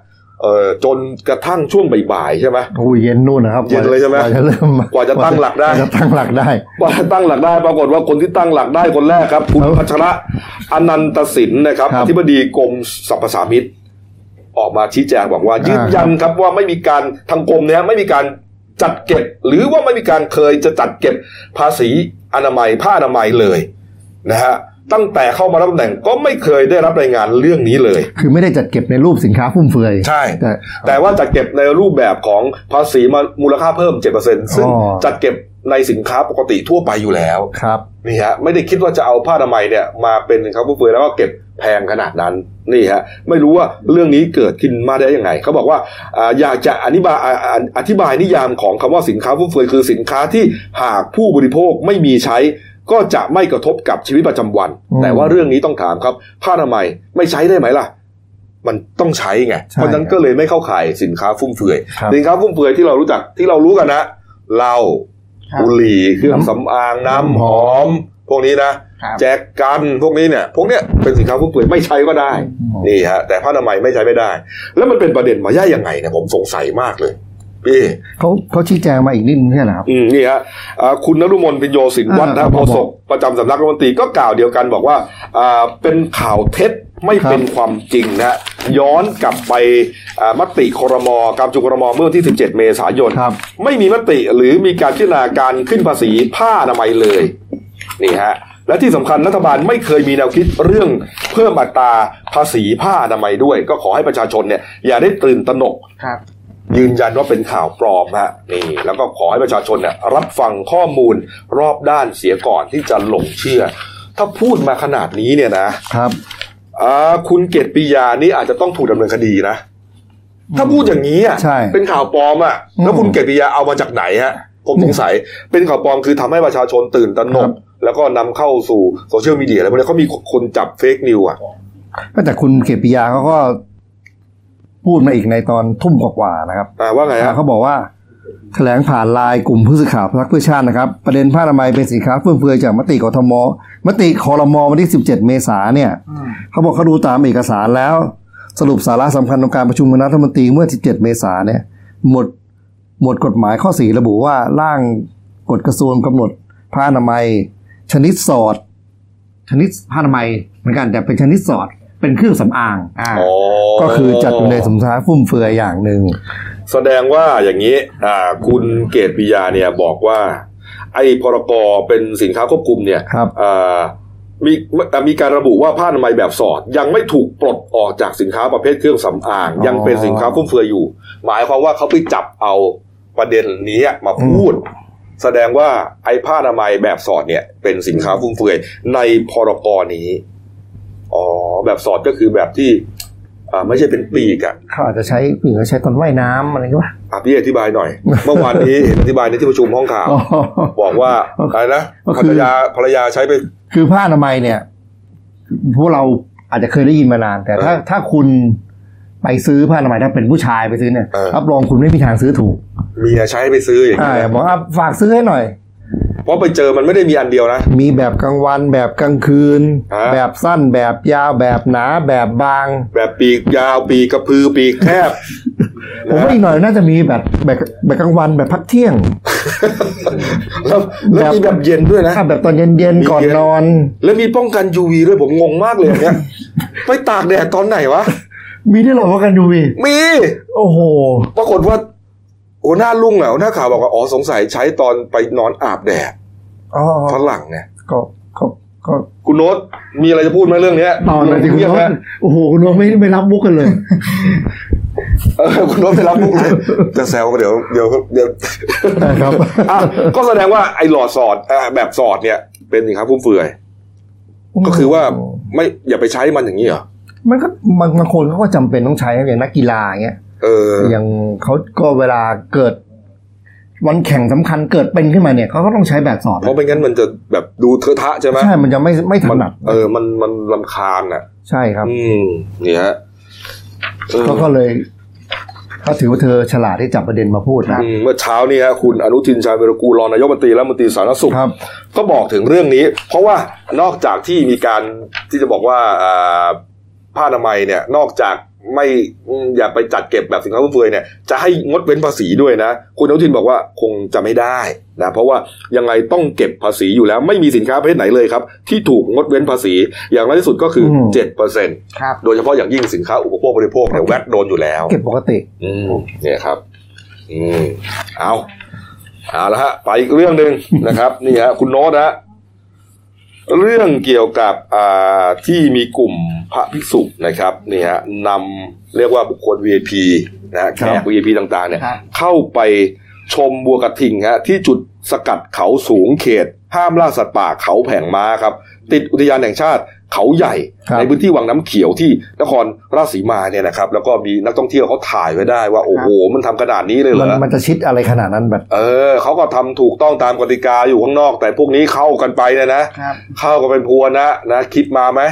Speaker 1: เออจนกระทั่งช่วงบ่ายๆใช่ไหม
Speaker 2: โอ้ยเย็นนู่นนะครับ
Speaker 1: เย็นเลยใช่ไหม
Speaker 2: กว่าจะเริ่ม
Speaker 1: กว่าจะตั้งหลักได้
Speaker 2: ว่าจะตั้งหลักได้
Speaker 1: ว่าตั้งหลักได้ปรากฏว่าคนที่ตั้งหลักได้คนแรกครับ คุณ
Speaker 2: ครับ
Speaker 1: พัชระอนันตสินนะครับ
Speaker 2: ครั
Speaker 1: อบธิบดีกรมสรรพสามิตออกมาชี้แจงบอกว่า ยืนยันครับว่าไม่มีการทางกรมเนี้ยไม่มีการจัดเก็บ หรือว่าไม่มีการเคยจะจัดเก็บภาษีอนามัยผ้าอนามัยเลยนะฮะตั้งแต่เข้ามารับตำแหน่งก็ไม่เคยได้รับรายงานเรื่องนี้เลย
Speaker 2: คือไม่ได้จัดเก็บในรูปสินค้าฟุ่มเฟือย
Speaker 1: ใช่
Speaker 2: แต่
Speaker 1: แต่ว่าจัดเก็บในรูปแบบของภาษีมูลค่าเพิ่ม 7%ซึ่ง
Speaker 2: อ๋อ
Speaker 1: จัดเก็บในสินค้าปกติทั่วไปอยู่แล้ว
Speaker 2: ครับ
Speaker 1: นี่ฮะไม่ได้คิดว่าจะเอาผ้าอนามัยเนี่ยมาเป็นสินค้าฟุ่มเฟือยแล้วก็เก็บแพงขนาดนั้นนี่ฮะไม่รู้ว่าเรื่องนี้เกิดขึ้นมาได้ยังไงเขาบอกว่าอ่าอยากจะอธิบายอ่าอ่าอธิบายนิยามของคำว่าสินค้าฟุ่มเฟือยคือสินค้าที่หากผู้บริโภคไม่มีใช้ ก็จะไม่กระทบกับชีวิตประจำวัน
Speaker 2: อืม
Speaker 1: แต่ว่าเรื่องนี้ต้องถามครับผ้าอนามัยไม่ใช้ได้ไหมล่ะ มันต้องใช้ไง
Speaker 2: ใช่
Speaker 1: เพราะฉะนั้นก็เลยไม่เข้าข่ายสินค้าฟุ่มเฟือย
Speaker 2: ครับ
Speaker 1: สินค้าฟุ่มเฟือยที่เรารู้จักที่เรารู้กันนะเหล้า
Speaker 6: ครับ
Speaker 1: บุหรี่เครื่อง
Speaker 2: น้ำ
Speaker 1: สำอางน้ำหอม พวกนี้นะ
Speaker 6: ครับ
Speaker 1: แจกกันพวกนี้เนี่ย พวกเนี้ยเป็นสินค้าฟุ่มเฟือยไม่ใช้ก็ได้ นี่ฮะ แต่ผ้าอนามัยไม่ใช้ไม่ได้ แล้วมันเป็นประเด็นมาย่ายังไงเนี่ยผมสงสัยมากเลยพี่
Speaker 2: เขาเขาชี้แจงมาอีกนิดนึงใช่ไหมครับ
Speaker 1: อืมนี่ฮะอ่าคุณนรุมนพิญโยสินวัฒน์
Speaker 2: อ่า
Speaker 1: นะ
Speaker 2: ครับ
Speaker 1: โฆษกประจำสำนักรัฐมนตรีก็กล่าวเดียวกันบอกว่าอ่าเป็นข่าวเท็จไม่
Speaker 2: ครับ
Speaker 1: เป็นความจริงนะย้อนกลับไปอ่ามติครมการประชุมครมเมื่อวันที่ 17 เมษายน
Speaker 2: ครับ
Speaker 1: ไม่มีมติหรือมีการพิจารณาการขึ้นภาษีผ้าอนามัยเลยนี่ฮะและที่สำคัญรัฐบาลไม่เคยมีแนวคิดเรื่องเพิ่มอัตราภาษีผ้าอนามัยด้วย ก็ขอให้ประชาชนเนี่ยอย่าได้ตื่นตระหนก
Speaker 6: ครับ
Speaker 1: ยืนยันว่าเป็นข่าวปลอมฮะนี่แล้วก็ขอให้ประชาชนเนี่ยรับฟังข้อมูลรอบด้านเสียก่อนที่จะหลงเชื่อ ถ้าพูดมาขนาดนี้เนี่ยนะครับ อ่าคุณเกตปิยานี่อาจจะต้องถูกดำเนินคดีนะ ถ้าพูดอย่างนี้อ่ะ
Speaker 2: ใช่
Speaker 1: เป็นข่าวปลอมอ่ะ
Speaker 2: อืม
Speaker 1: แล้วคุณเกตปิยาเอามาจากไหนฮะผมสงสัยเป็นข่าวปลอมคือทำให้ประชาชนตื่นตระหน
Speaker 2: ครั
Speaker 1: ก
Speaker 2: บ
Speaker 1: แล้วก็นำเข้าสู่โซเชียลมีเดียอะไรพวกนี้เขามีคนจับเฟกนิวอ่ะ
Speaker 2: ก็แต่คุณเกปิยาเขาก็พูดมาอีกในตอนทุ่มกว่าๆนะครับ
Speaker 1: อ่าว่าไงฮะ
Speaker 2: เขาบอกว่าแถลงผ่านไลน์กลุ่มผู้สื่อข่าวพรรคเพื่อชาตินะครับ ประเด็นผ้าอนามัยเป็นสินค้าฟุ่มเฟือยจากมติกทม มติคอรมอวันที่ 17 เมษาเนี่ย เขาบอกเขาดูตามเอกสารแล้ว สรุปสาระสำคัญของการประชุมคณะรัฐมนตรีเมื่อ 17 เมษาเนี่ย หมวดหมวดกฎหมายข้อ 4 ระบุว่าร่างกฎกระทรวงกำหนดผ้าอนามัย ชนิดสอด ชนิดผ้าอนามัยเหมือนกันแต่เป็นชนิดสอดเป็นเครื่องสำอาง
Speaker 6: อ่า
Speaker 1: อ๋อ
Speaker 2: ก็คือจัดอยู่ในสินค้าฟุ่มเฟือยอย่างหนึ่ง
Speaker 1: แสดงว่าอย่างนี้อ่าคุณเกตปิยาเนี่ยบอกว่า ไอ้พรกรเป็นสินค้าควบคุมเนี่ย
Speaker 2: ครับ
Speaker 1: อ่ามีอ่ามีการระบุว่าผ้าอนามัยแบบสอด ยังไม่ถูกปลดออกจากสินค้าประเภทเครื่องสำอาง
Speaker 2: อ๋อ
Speaker 1: ยังเป็นสินค้าฟุ่มเฟือยอยู่ หมายความว่าเขาไปจับเอาประเด็นนี้มาพูด แสดงว่าไอ้ผ้าอนามัยแบบสอดเนี่ย เป็นสินค้าฟุ่มเฟือยในพรกรนี้อ๋อแบบสอดก็คือแบบที่อ่าไม่ใช่เป็นปีกอะ
Speaker 2: เขาอาจจะใช้ผึ่งเขาใช้ตอนว่ายน้ำอะไรก็ว่า
Speaker 1: อ่ะพี่อธิบายหน่ อย เมื่อวานนี้เห็นอธิบายในที่ประชุมห้องข่าว
Speaker 2: อ๋อ
Speaker 1: บอกว่าอะไรนะ
Speaker 2: ก็
Speaker 1: ภ
Speaker 2: คื
Speaker 1: ร
Speaker 2: อ
Speaker 1: รยาภรรยาใช้ไป
Speaker 2: คือผ้าอนามัยเนี่ย พวกเราอาจจะเคยได้ยินมานาน แต่ถ้า
Speaker 1: เออ
Speaker 2: ถ้าคุณไปซื้อผ้าอนามัยถ้าเป็นผู้ชายไปซื้อเนี่ย
Speaker 1: เออ
Speaker 2: รับรองคุณไม่มีทางซื้อถูก
Speaker 1: เมียใช้ไปซื้ออย่าง
Speaker 2: อ่า
Speaker 1: นี้
Speaker 2: บอกว่าฝากซื้อให้หน่อย
Speaker 1: เพราะไปเจอมันไม่ได้มีอันเดียวนะ
Speaker 2: มีแบบกลางวันแบบกลางคืน
Speaker 1: อ่า
Speaker 2: แบบสั้นแบบยาวแบบหนาแบบบาง
Speaker 1: แบบปีกยาวปีกกระพือปีกแคบ
Speaker 2: ผมว่าอีกหน่อยน่าจะมีแบบแบบแบบกลางวันแบบพักเที่ยง
Speaker 1: แล้วแล้วมีแบบเย็นด้วยนะ
Speaker 2: ถ้าแบบตอนเย็นๆก่อน
Speaker 1: มีเยอะ
Speaker 2: นอน
Speaker 1: แล้วมีป้องกัน UV ด้วยผมงงมากเลยอัน เนี่ยไปตากแดดตอนไหนวะ
Speaker 2: มีได้หรอว่ากันยูวี
Speaker 1: มี
Speaker 2: โอ้โห
Speaker 1: ปรากฏว่าหัวหน้าลุงอ่ะหัวหน้าข่าวบอกว่าอ๋อสงสัยใช้ตอนไปนอนอาบแดด
Speaker 2: อ๋อ
Speaker 1: ฝรั่งเนี่ย
Speaker 2: ก็ก็ก็
Speaker 1: คุณโน้ตมีอะไรจะพูดไหมเรื่องเนี้ย
Speaker 2: ตอนเลยที่คุณ
Speaker 1: เงียบ
Speaker 2: โน้
Speaker 1: ไหม
Speaker 2: ตโอ้โห คุณโน้ตไม่ไม่รับมุกกันเลย
Speaker 1: เออ คุณโน้ตไปรับมุกเลยจะแซวก็เดี๋ยวเดี๋ยวเดี๋ยว
Speaker 2: ครับ
Speaker 1: อ่ะก็แสดงว่าไอ้หลอดสอดอ่ะแบบสอดเนี่ยเป็นสินค้าฟุ่มเฟือย ก็คือว่าไม่อย่าไปใช้มันอย่างนี้เหรอ
Speaker 2: มันก็บางบางคนเขาก็จำเป็นต้องใช้อย่างนักกีฬาอย่างเงี้ย
Speaker 1: เออ
Speaker 2: อย่างเขาก็เวลาเกิด วันแข่งสำคัญเกิดเป็นขึ้นมาเนี่ยเขาก็ต้องใช้แบบสอบ
Speaker 1: เพราะไม่งั้นมันจะแบบดูเทอะทะใช่ไหม
Speaker 2: ใช่ มันจะไม่ไม่ถ
Speaker 1: มัน
Speaker 2: นัด
Speaker 1: เออมันมันลำคาญอ่ะ
Speaker 2: ใช่ครับ
Speaker 1: อืมนี่ฮะเออ
Speaker 2: ก็ก็เลยก็ถือว่าเธอฉลาดที่จับประเด็นมาพูดนะ
Speaker 1: อืมเมื่อเช้านี้ฮะคุณอนุทินชาญวิรกูลรองนายกรัฐมนตรีและรัฐมนตรีสาธารณสุข
Speaker 2: ครับ
Speaker 1: ก็บอกถึงเรื่องนี้ เพราะว่านอกจากที่มีการที่จะบอกว่าอ่าผ้าอนามัยเนี่ย นอกจากไม่อืมอย่าไปจัดเก็บแบบสินค้าฟุ่มเฟือยเนี่ยจะให้งดเว้นภาษีด้วยนะ คุณอนุทินบอกว่าคงจะไม่ได้นะเพราะว่ายังไงต้องเก็บภาษีอยู่แล้ว ไม่มีสินค้าประเภทไหนเลยครับ ที่ถูกงดเว้นภาษีอย่างน้อยที่สุดก็คือ
Speaker 2: อืม
Speaker 1: เจ็ดเปอร์เซ็นต
Speaker 2: ครับ
Speaker 1: โดยเฉพาะอย่างยิ่งสินค้าอุปโภคบริโภคเนี่ยแวดโดนอยู่แล้ว
Speaker 2: เก็บปกติ
Speaker 1: อืมเนี่ยครับ อืมเอาเอาละฮะ ไปอีกเรื่องหนึ่ง นะครับ นี่ฮะคุณโน้ตฮะเรื่องเกี่ยวกับอ่าที่มีกลุ่มพระภิกษุนะครับนี่ฮะนำเรียกว่าบุคคล VIP นะฮะแข
Speaker 2: ครั
Speaker 1: ก
Speaker 2: บ
Speaker 1: VIP ต่างๆเนี่ย
Speaker 2: ครับ
Speaker 1: เข้าไปชมบัวกระทิงฮะที่จุดสกัดเขาสูงเขต ห้ามล่าสัตว์ป่าเขาแผงม้าครับ ติดอุทยานแห่งชาติเขาใหญ่
Speaker 2: ครับ
Speaker 1: ในพื้นที่วังน้ำเขียวที่นครราชสีมาเนี่ยนะครับ แล้วก็มีนักท่องเที่ยวเขาถ่ายไว้ได้ว่า โอ้โห มันทำขนาดนี้เลยเหร
Speaker 2: มัน
Speaker 1: อ
Speaker 2: มันจะชิดอะไรขนาดนั้นแบบ
Speaker 1: เออเขาก็ทำถูกต้องตามกติกาอยู่ข้างนอก แต่พวกนี้เข้ากันไปเนยนะ
Speaker 2: ครับ
Speaker 1: เข้ากันเป็นพวนนะนะคิดมาไหม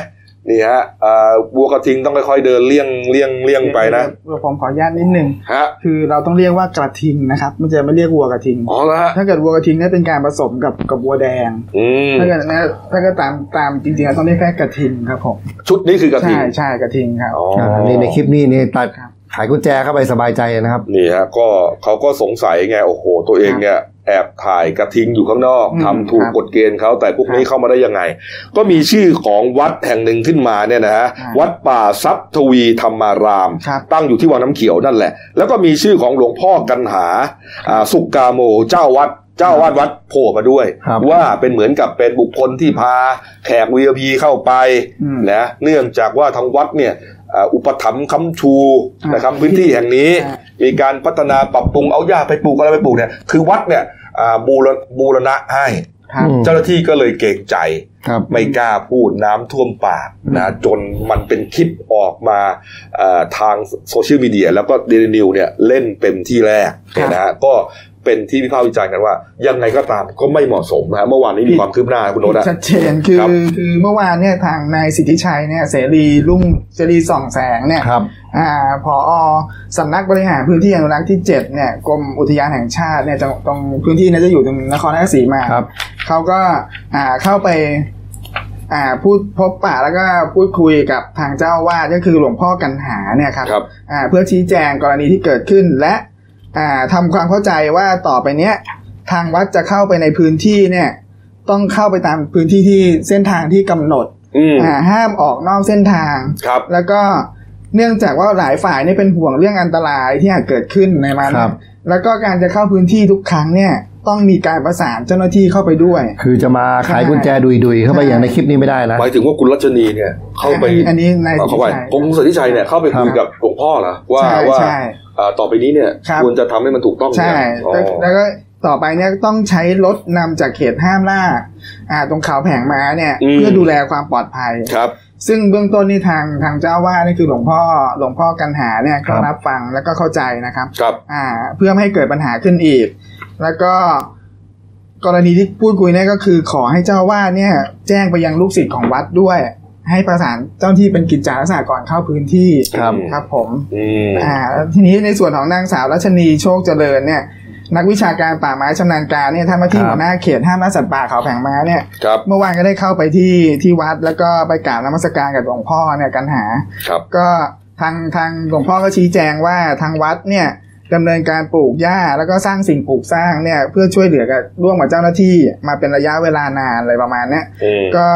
Speaker 1: นี่ฮะอ่าบัวกระทิงต้องค่อยๆเดินเลี่ยงเลี่ยงเลี่ยงไปนะ
Speaker 6: เดี๋ยวผมขออนุญาตนิดหนึ่ง
Speaker 1: ฮะ
Speaker 6: คือเราต้องเรียกว่ากระทิงนะครับ มันจะไม่เรียกวัวกระทิง
Speaker 1: อ๋อละฮะ
Speaker 6: ถ้าเกิดวัวกระทิงเนี่ยเป็นการผสมกับกับวัวแดง
Speaker 1: อืม
Speaker 6: ถ้าเกิดนะถ้าเกิดตามตามจริงๆเราต้องเรียกแค่กระทิงครับผม
Speaker 1: ชุดนี้คือกระทิ
Speaker 6: ใช่
Speaker 1: ง
Speaker 6: ใช่กระทิงครับ
Speaker 1: อ๋อ
Speaker 2: อ่านี่ในคลิปนี้นี่ตัด
Speaker 6: ครับ
Speaker 2: ขายกุญแจเข้าไปสบายใจนะครับ
Speaker 1: นี่ฮะก็เขาก็สงสัยไง โอ้โห ตัวเองเนี่ยแอบถ่ายกระทิงอยู่ข้างนอก
Speaker 6: อืม
Speaker 1: ทำถูก
Speaker 6: ครับ
Speaker 1: กฎเกณฑ์เขาแต่พวกนี้
Speaker 6: ครับ
Speaker 1: เข้ามาได้ยังไง ก็มีชื่อของวัดแห่งหนึ่งขึ้นมาเนี่ยนะฮะ
Speaker 6: ครับ
Speaker 1: วัดป่าทรัพย์ทวีธรรมาราม
Speaker 6: ครับ
Speaker 1: ตั้งอยู่ที่วังน้ำเขียวนั่นแหละ แล้วก็มีชื่อของหลวงพ่อกันหาอ่าสุกกาโมเจ้าวัด เจ้าวาดวัดโผล่มาด้วย
Speaker 2: ครับ
Speaker 1: ว่าเป็นเหมือนกับเป็นบุคคลที่พาแขกวีพีเข้าไป
Speaker 6: อืม
Speaker 1: นะเนื่องจากว่าทางวัดเนี่ยอ่าอุปถัมภ์ค้ำชู
Speaker 6: อ่าน
Speaker 1: นะครับพื้นที่แห่งนี้
Speaker 6: อ่า
Speaker 1: มีการพัฒนาปรับปรุงเอาหญ้าไปปลูกอะไรไปปลูกเนี่ยคือวัดเนี่ยอ่าบูรบูรณะให้
Speaker 6: ครับ
Speaker 2: อืม
Speaker 1: เจ้าหน้าที่ก็เลยเกรงใจ
Speaker 2: ครับ
Speaker 1: ไม่กล้าพูดน้ำท่วมปากนะจนมันเป็นคลิปออกมาเอ่อทางโซเชียลมีเดียแล้วก็เดลินิวเนี่ยเล่นเต็มที่แรกเนี่ยนะฮะก็เป็นที่วิพากษ์วิจารณ์กันว่า ยังไงก็ตามก็ไม่เหมาะสมนะฮะเมื่อวานนี้มีความคืบหน้าคุณโนตนะ
Speaker 6: ชัดเจนคือ
Speaker 1: ครับ
Speaker 6: คือเมื่อวานเนี่ยทางนายสิทธิชัยเนี่ยเสรีรุ่งเสรีส่องแสงเนี่ย
Speaker 2: ครับ
Speaker 6: อ่าผอสำนักบริหารพื้นที่อนุรักษ์ที่เจ็ดเนี่ยกรมอุทยานแห่งชาติเนี่ยตรงตรงพื้นที่เน่าจะอยู่ตรงนครราชสีมา
Speaker 2: ครับ
Speaker 6: เขาก็อ่าเข้าไปอ่าพูดพบปะแล้วก็พูดคุยกับทางเจ้าอาวาดก็คือหลวงพ่อกันหาเนี่ยครับ
Speaker 1: ครับ
Speaker 6: อ่าเพื่อชี้แจงกรณีที่เกิดขึ้นและอ่าทำความเข้าใจว่าต่อไปเนี้ยทางวัดจะเข้าไปในพื้นที่เนี่ยต้องเข้าไปตามพื้นที่ที่เส้นทางที่กำหนด
Speaker 1: อืม
Speaker 6: อ่าห้ามออกนอกเส้นทาง
Speaker 1: ครับ
Speaker 6: แล้วก็เนื่องจากว่าหลายฝ่ายเนี่ยเป็นห่วงเรื่องอันตรายที่อาจเกิดขึ้นในมัน
Speaker 2: ครับ
Speaker 6: แล้วก็การจะเข้าพื้นที่ทุกครั้งเนี่ยต้องมีการประสานเจ้าหน้าที่เข้าไปด้วย
Speaker 2: คือจะมาขายกุญแจดุยๆเข้าไป
Speaker 6: ใช่
Speaker 2: อย่างในคลิปนี้ไม่ได้นะ
Speaker 1: หมายถึงว่าคุณรัชนีเนี่ยเข้าไป
Speaker 6: อันนี้อันนี้นาย
Speaker 1: เอาเข้าไป
Speaker 6: ชัย
Speaker 1: ผมสันติชัยเนี่ยเข้าไปคุยกับหลวงพ่อเหรอว่า
Speaker 6: ใช่
Speaker 1: ว่า
Speaker 6: ใช่
Speaker 1: เอ่อต่อไปนี้เนี่ย
Speaker 6: ครับ
Speaker 1: ควรจะทำให้มันถูกต้อง
Speaker 6: ใช่
Speaker 1: เนี่ยอ๋อ
Speaker 6: แล้วแล้วก็ต่อไปเนี่ยต้องใช้รถนำจากเขตห้ามล่าอ่าตรงเขาแผงม้าเนี่ย
Speaker 1: อืม
Speaker 6: เพื่อดูแลความปลอดภัย
Speaker 1: ครับ
Speaker 6: ซึ่งเบื้องต้นนี่ทางทางเจ้าอาว่าสนี่คือหลวงพ่อหลวงพ่อกันหาเนี่ย
Speaker 2: ครั
Speaker 6: ก็
Speaker 2: บ
Speaker 6: รับฟังแล้วก็เข้าใจนะครับ
Speaker 1: ครับ
Speaker 6: อ่าเพื่อไม่ให้เกิดปัญหาขึ้นอีก แล้วก็กรณีที่พูดคุยเนี่ยก็คือขอให้เจ้าอาวาดเนี่ย แจ้งไปยังลูกศิษย์ของวัดด้วย ให้ประสานเจ้าหน้าที่เป็นกิจจาลักษณะก่อนเข้าพื้นที่
Speaker 1: ครับ
Speaker 6: ครับผม
Speaker 1: อืม
Speaker 6: อ่าทีนี้ในส่วนของนางสาวรัชนีโชคเจริญเนี่ย นักวิชาการป่าไม้ชำนาญการเนี่ยท่านมาที่
Speaker 2: ครับ
Speaker 6: หัวหน้าเขตห้ามล่าสัตว์ป่าเขาแผงม้าเนี่ย
Speaker 1: ครับ
Speaker 6: เมื่อวานก็ได้เข้าไปที่ที่วัด แล้วก็ไปกราบนมัสการกับหลวงพ่อเนี่ยกันหา
Speaker 1: ครับ
Speaker 6: ก็ทางทางหลวงพ่อก็ชี้แจงว่าทางวัดเนี่ยดำเนินการปลูกหญ้าแล้วก็สร้างสิ่งปลูกสร้างเนี่ยเพื่อช่วยเหลือกับร่วมกับเจ้าหน้าที่มาเป็นระยะเวลานานอะไรประมาณเนี้ย
Speaker 1: อืม
Speaker 6: ก็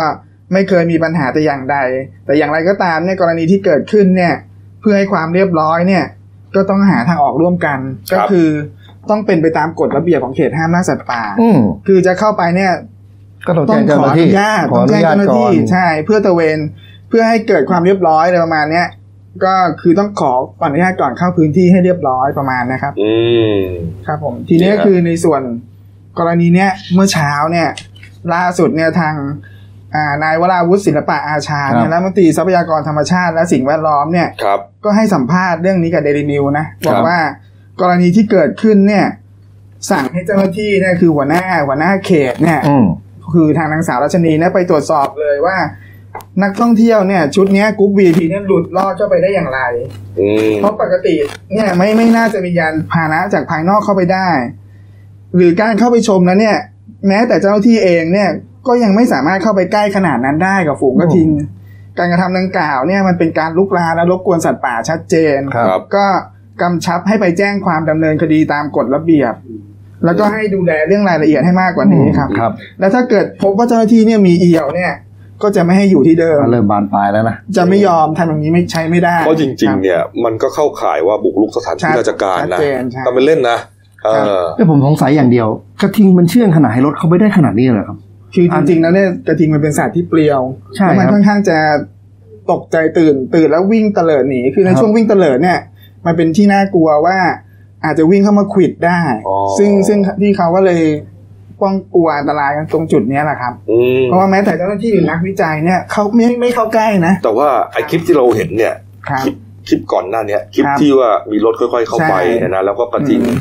Speaker 6: ไม่เคยมีปัญหาแต่อย่างใด แต่อย่างไรก็ตามเนี่ยกรณีที่เกิดขึ้นเนี่ยเพื่อให้ความเรียบร้อยเนี่ยก็ต้องหาทางออกร่วมกัน ก็คือต้องเป็นไปตามกฎระเบียบของเขตห้ามล่าสัตว์ป่า
Speaker 2: อืม
Speaker 6: คือจะเข้าไปเนี่ย
Speaker 2: ก็ต้อง
Speaker 6: ต้อ
Speaker 2: แจ้
Speaker 6: ง
Speaker 2: งเจ้า
Speaker 6: ข
Speaker 2: ห
Speaker 6: อ
Speaker 2: น้า
Speaker 6: อ
Speaker 2: ที่
Speaker 6: นุญาตต้องแจ้งเจ้าหน้า
Speaker 2: ก่
Speaker 6: ที่
Speaker 2: น
Speaker 6: ใช่เพื่อตระเวนเพื่อให้เกิดความเรียบร้อยอะไรประมาณเนี้ยก็คือต้องขออนุญาตก่อนเข้าพื้นที่ให้เรียบร้อยประมาณนะครับ
Speaker 1: อืม
Speaker 6: ครับผมทีนี้
Speaker 1: เนี่ย
Speaker 6: คือในส่วนกรณีเนี้ยเมื่อเช้าเนี่ย ล่าสุดเนี่ยทาง อ่านายวราวุฒิศิลปะอาชา
Speaker 2: ครับ
Speaker 6: เนี่ยรัฐมนตรีทรัพยากรธรรมชาติและสิ่งแวดล้อมเนี่ย
Speaker 1: ครับ
Speaker 6: ก็ให้สัมภาษณ์เรื่องนี้กับเดลินิวนะ
Speaker 1: ค
Speaker 6: บอ
Speaker 1: รั
Speaker 6: ก
Speaker 1: บ
Speaker 6: ว่ากรณีที่เกิดขึ้นเนี่ย สั่งให้เจ้าหน้าที่เนี่ยคือหัวหน้าหัวหน้าเขตเนี่ย
Speaker 2: อืม
Speaker 6: คือทางนางสาวรัชนีเนี่ยไปตรวจสอบเลยว่า นักท่องเที่ยวเนี่ย ชุดเนี้ยกรุ๊ปวีพีเนี่ยหลุดลอดเข้าไปได้อย่างไร
Speaker 1: อืม
Speaker 6: เพราะปกติเนี่ยไม่ไม่น่าจะมียานพาหนะจากภายนอกเข้าไปได้ หรือการเข้าไปชมนะเนี่ย แม้แต่เจ้าหน้าที่เองเนี่ย ก็ยังไม่สามารถเข้าไปใกล้ขนาดนั้นได้กับฝูงกระทิง การกระทำดังกล่าวเนี่ยมันเป็นการลุกลามและรบกวนสัตว์ป่าชัดเจน
Speaker 2: ครับ
Speaker 1: ครับ
Speaker 6: ก็กำชับให้ไปแจ้งความดำเนินคดีตามกฎระเบียบ แล้วก็ให้ดูแลเรื่องรายละเอียดให้มากกว่านี้ครับ
Speaker 2: ครับ
Speaker 6: แล้วถ้าเกิดพบว่าเจ้าหน้าที่เนี่ยมีเอี่ยวเนี่ย ก็จะไม่ให้อยู่ที่เดิม
Speaker 2: เริ่มบานปลายแล้วนะ
Speaker 6: จะไม่ยอมทำอย่างนี้ไม่ใช้ไม่ได้
Speaker 1: เพราะจริง
Speaker 6: คบ
Speaker 1: ๆ เนี่ยมันก็เข้าข่ายว่าบุกรุกสถานที่
Speaker 6: ชัด
Speaker 1: ราชการนะ
Speaker 6: ชัดเจนใช่
Speaker 1: ทำเป็นเล่นนะเออ
Speaker 2: แต่ผมสงสัยอย่างเดียว กระทิงมันเชื่องขนาดให้รถเขาไม่ได้ขนาดนี้เลยเหรอครับ
Speaker 6: คือจริงๆแล้วเนี่ยกระทิงมันเป็นสัตว์ที่เปลี่ยว
Speaker 2: ใช่
Speaker 6: แล้วมั
Speaker 2: ครับ
Speaker 6: ค่อนข้างจะตกใจตื่นตื่นแล้ววิ่งเตลิดหนีคือใน
Speaker 2: ครับ
Speaker 6: ช่วงวิ่งเตลิดเนี่ย มันเป็นที่น่ากลัวว่าอาจจะวิ่งเข้ามาขวิดได้
Speaker 1: อ๋อ
Speaker 6: ซึ่งซึ่งที่เขาก็เลยป้องกลัวอันตรายกันตรงจุดเนี้ยแหละครับ
Speaker 1: อืม
Speaker 6: เพราะว่าแม้แต่เจ้าหน้าที่หรือนักวิจัยเนี่ยเขาไม่ไม่เข้าใกล้นะ
Speaker 1: แต่ว่าไอคลิปที่เราเห็นเนี่ย
Speaker 6: ครับ
Speaker 1: คลิปคลิปก่อนหน้าเนี้ยคลิป
Speaker 6: ครับ
Speaker 1: ที่ว่ามีรถค่อย ๆ เข้าไป
Speaker 6: ใช่
Speaker 1: เนี่ยนะแล้วก็กระทิง
Speaker 6: อืม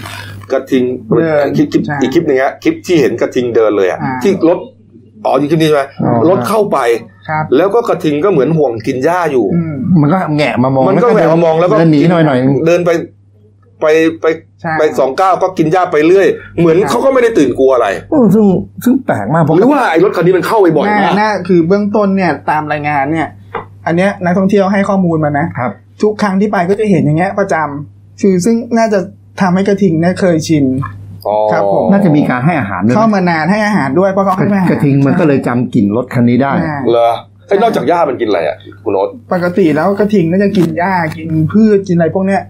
Speaker 1: กระทิง
Speaker 6: เดิน
Speaker 1: คลิปคลิป
Speaker 6: ใช่
Speaker 1: อีกคลิปหนึงฮะคลิปที่เห็นกระทิงเดินเลยอะ
Speaker 6: อ่า
Speaker 1: ที่รถอ๋ออยู่คลิปนี้ใช่ไหม
Speaker 2: อ๋อ
Speaker 1: รถเข้าไป
Speaker 6: ครับ
Speaker 1: แล้วก็กระทิงก็เหมือนห่วงกินหญ้าอยู่
Speaker 6: อืม
Speaker 2: มันก็แงะมามอง
Speaker 1: มันก็แหวกมามองแล้วก็
Speaker 2: เดินหนีหน่อยหน่อยๆ
Speaker 1: เดินไปไปไป
Speaker 6: ใช่
Speaker 1: ไปสองก้าวก็กินหญ้าไปเรื่อย เหมือนเขาก็ไม่ได้ตื่นกลัวอะไร
Speaker 2: โอ้ซึ่งซึ่งแปลกมากเพราะ
Speaker 1: หรือว่าไอ้รถคันนี้มันเข้าไปบ่อย
Speaker 6: หน้าม
Speaker 1: าก
Speaker 6: หน้าคือเบื้องต้นเนี่ยตามรายงานเนี่ย อันเนี้ยนักท่องเที่ยวให้ข้อมูลมานะ
Speaker 2: ครับ
Speaker 6: ทุกครั้งที่ไปก็จะเห็นอย่างเงี้ยประจำคือซึ่งน่าจะทำให้กระทิงเนี่ยเคยชิน ครับผม
Speaker 2: น่าจะมีการให้อาหารด้วย
Speaker 6: เข้า
Speaker 2: นะ
Speaker 6: มานานให้อาหารด้วยเพราะเขา
Speaker 2: กระ
Speaker 6: ให้อาหาร
Speaker 2: กระทิงมันก็เลยจำกลิ่นรถคันนี้ได้
Speaker 6: ใช่
Speaker 1: เหรอไอ้ยนอกจากหญ้ามันกินอะไรอ่ะคุณโน้ต
Speaker 6: ปกติแล้วกระทิงน่าจะกินหญ้ากินพืชกินอะไรพวกเนี้ย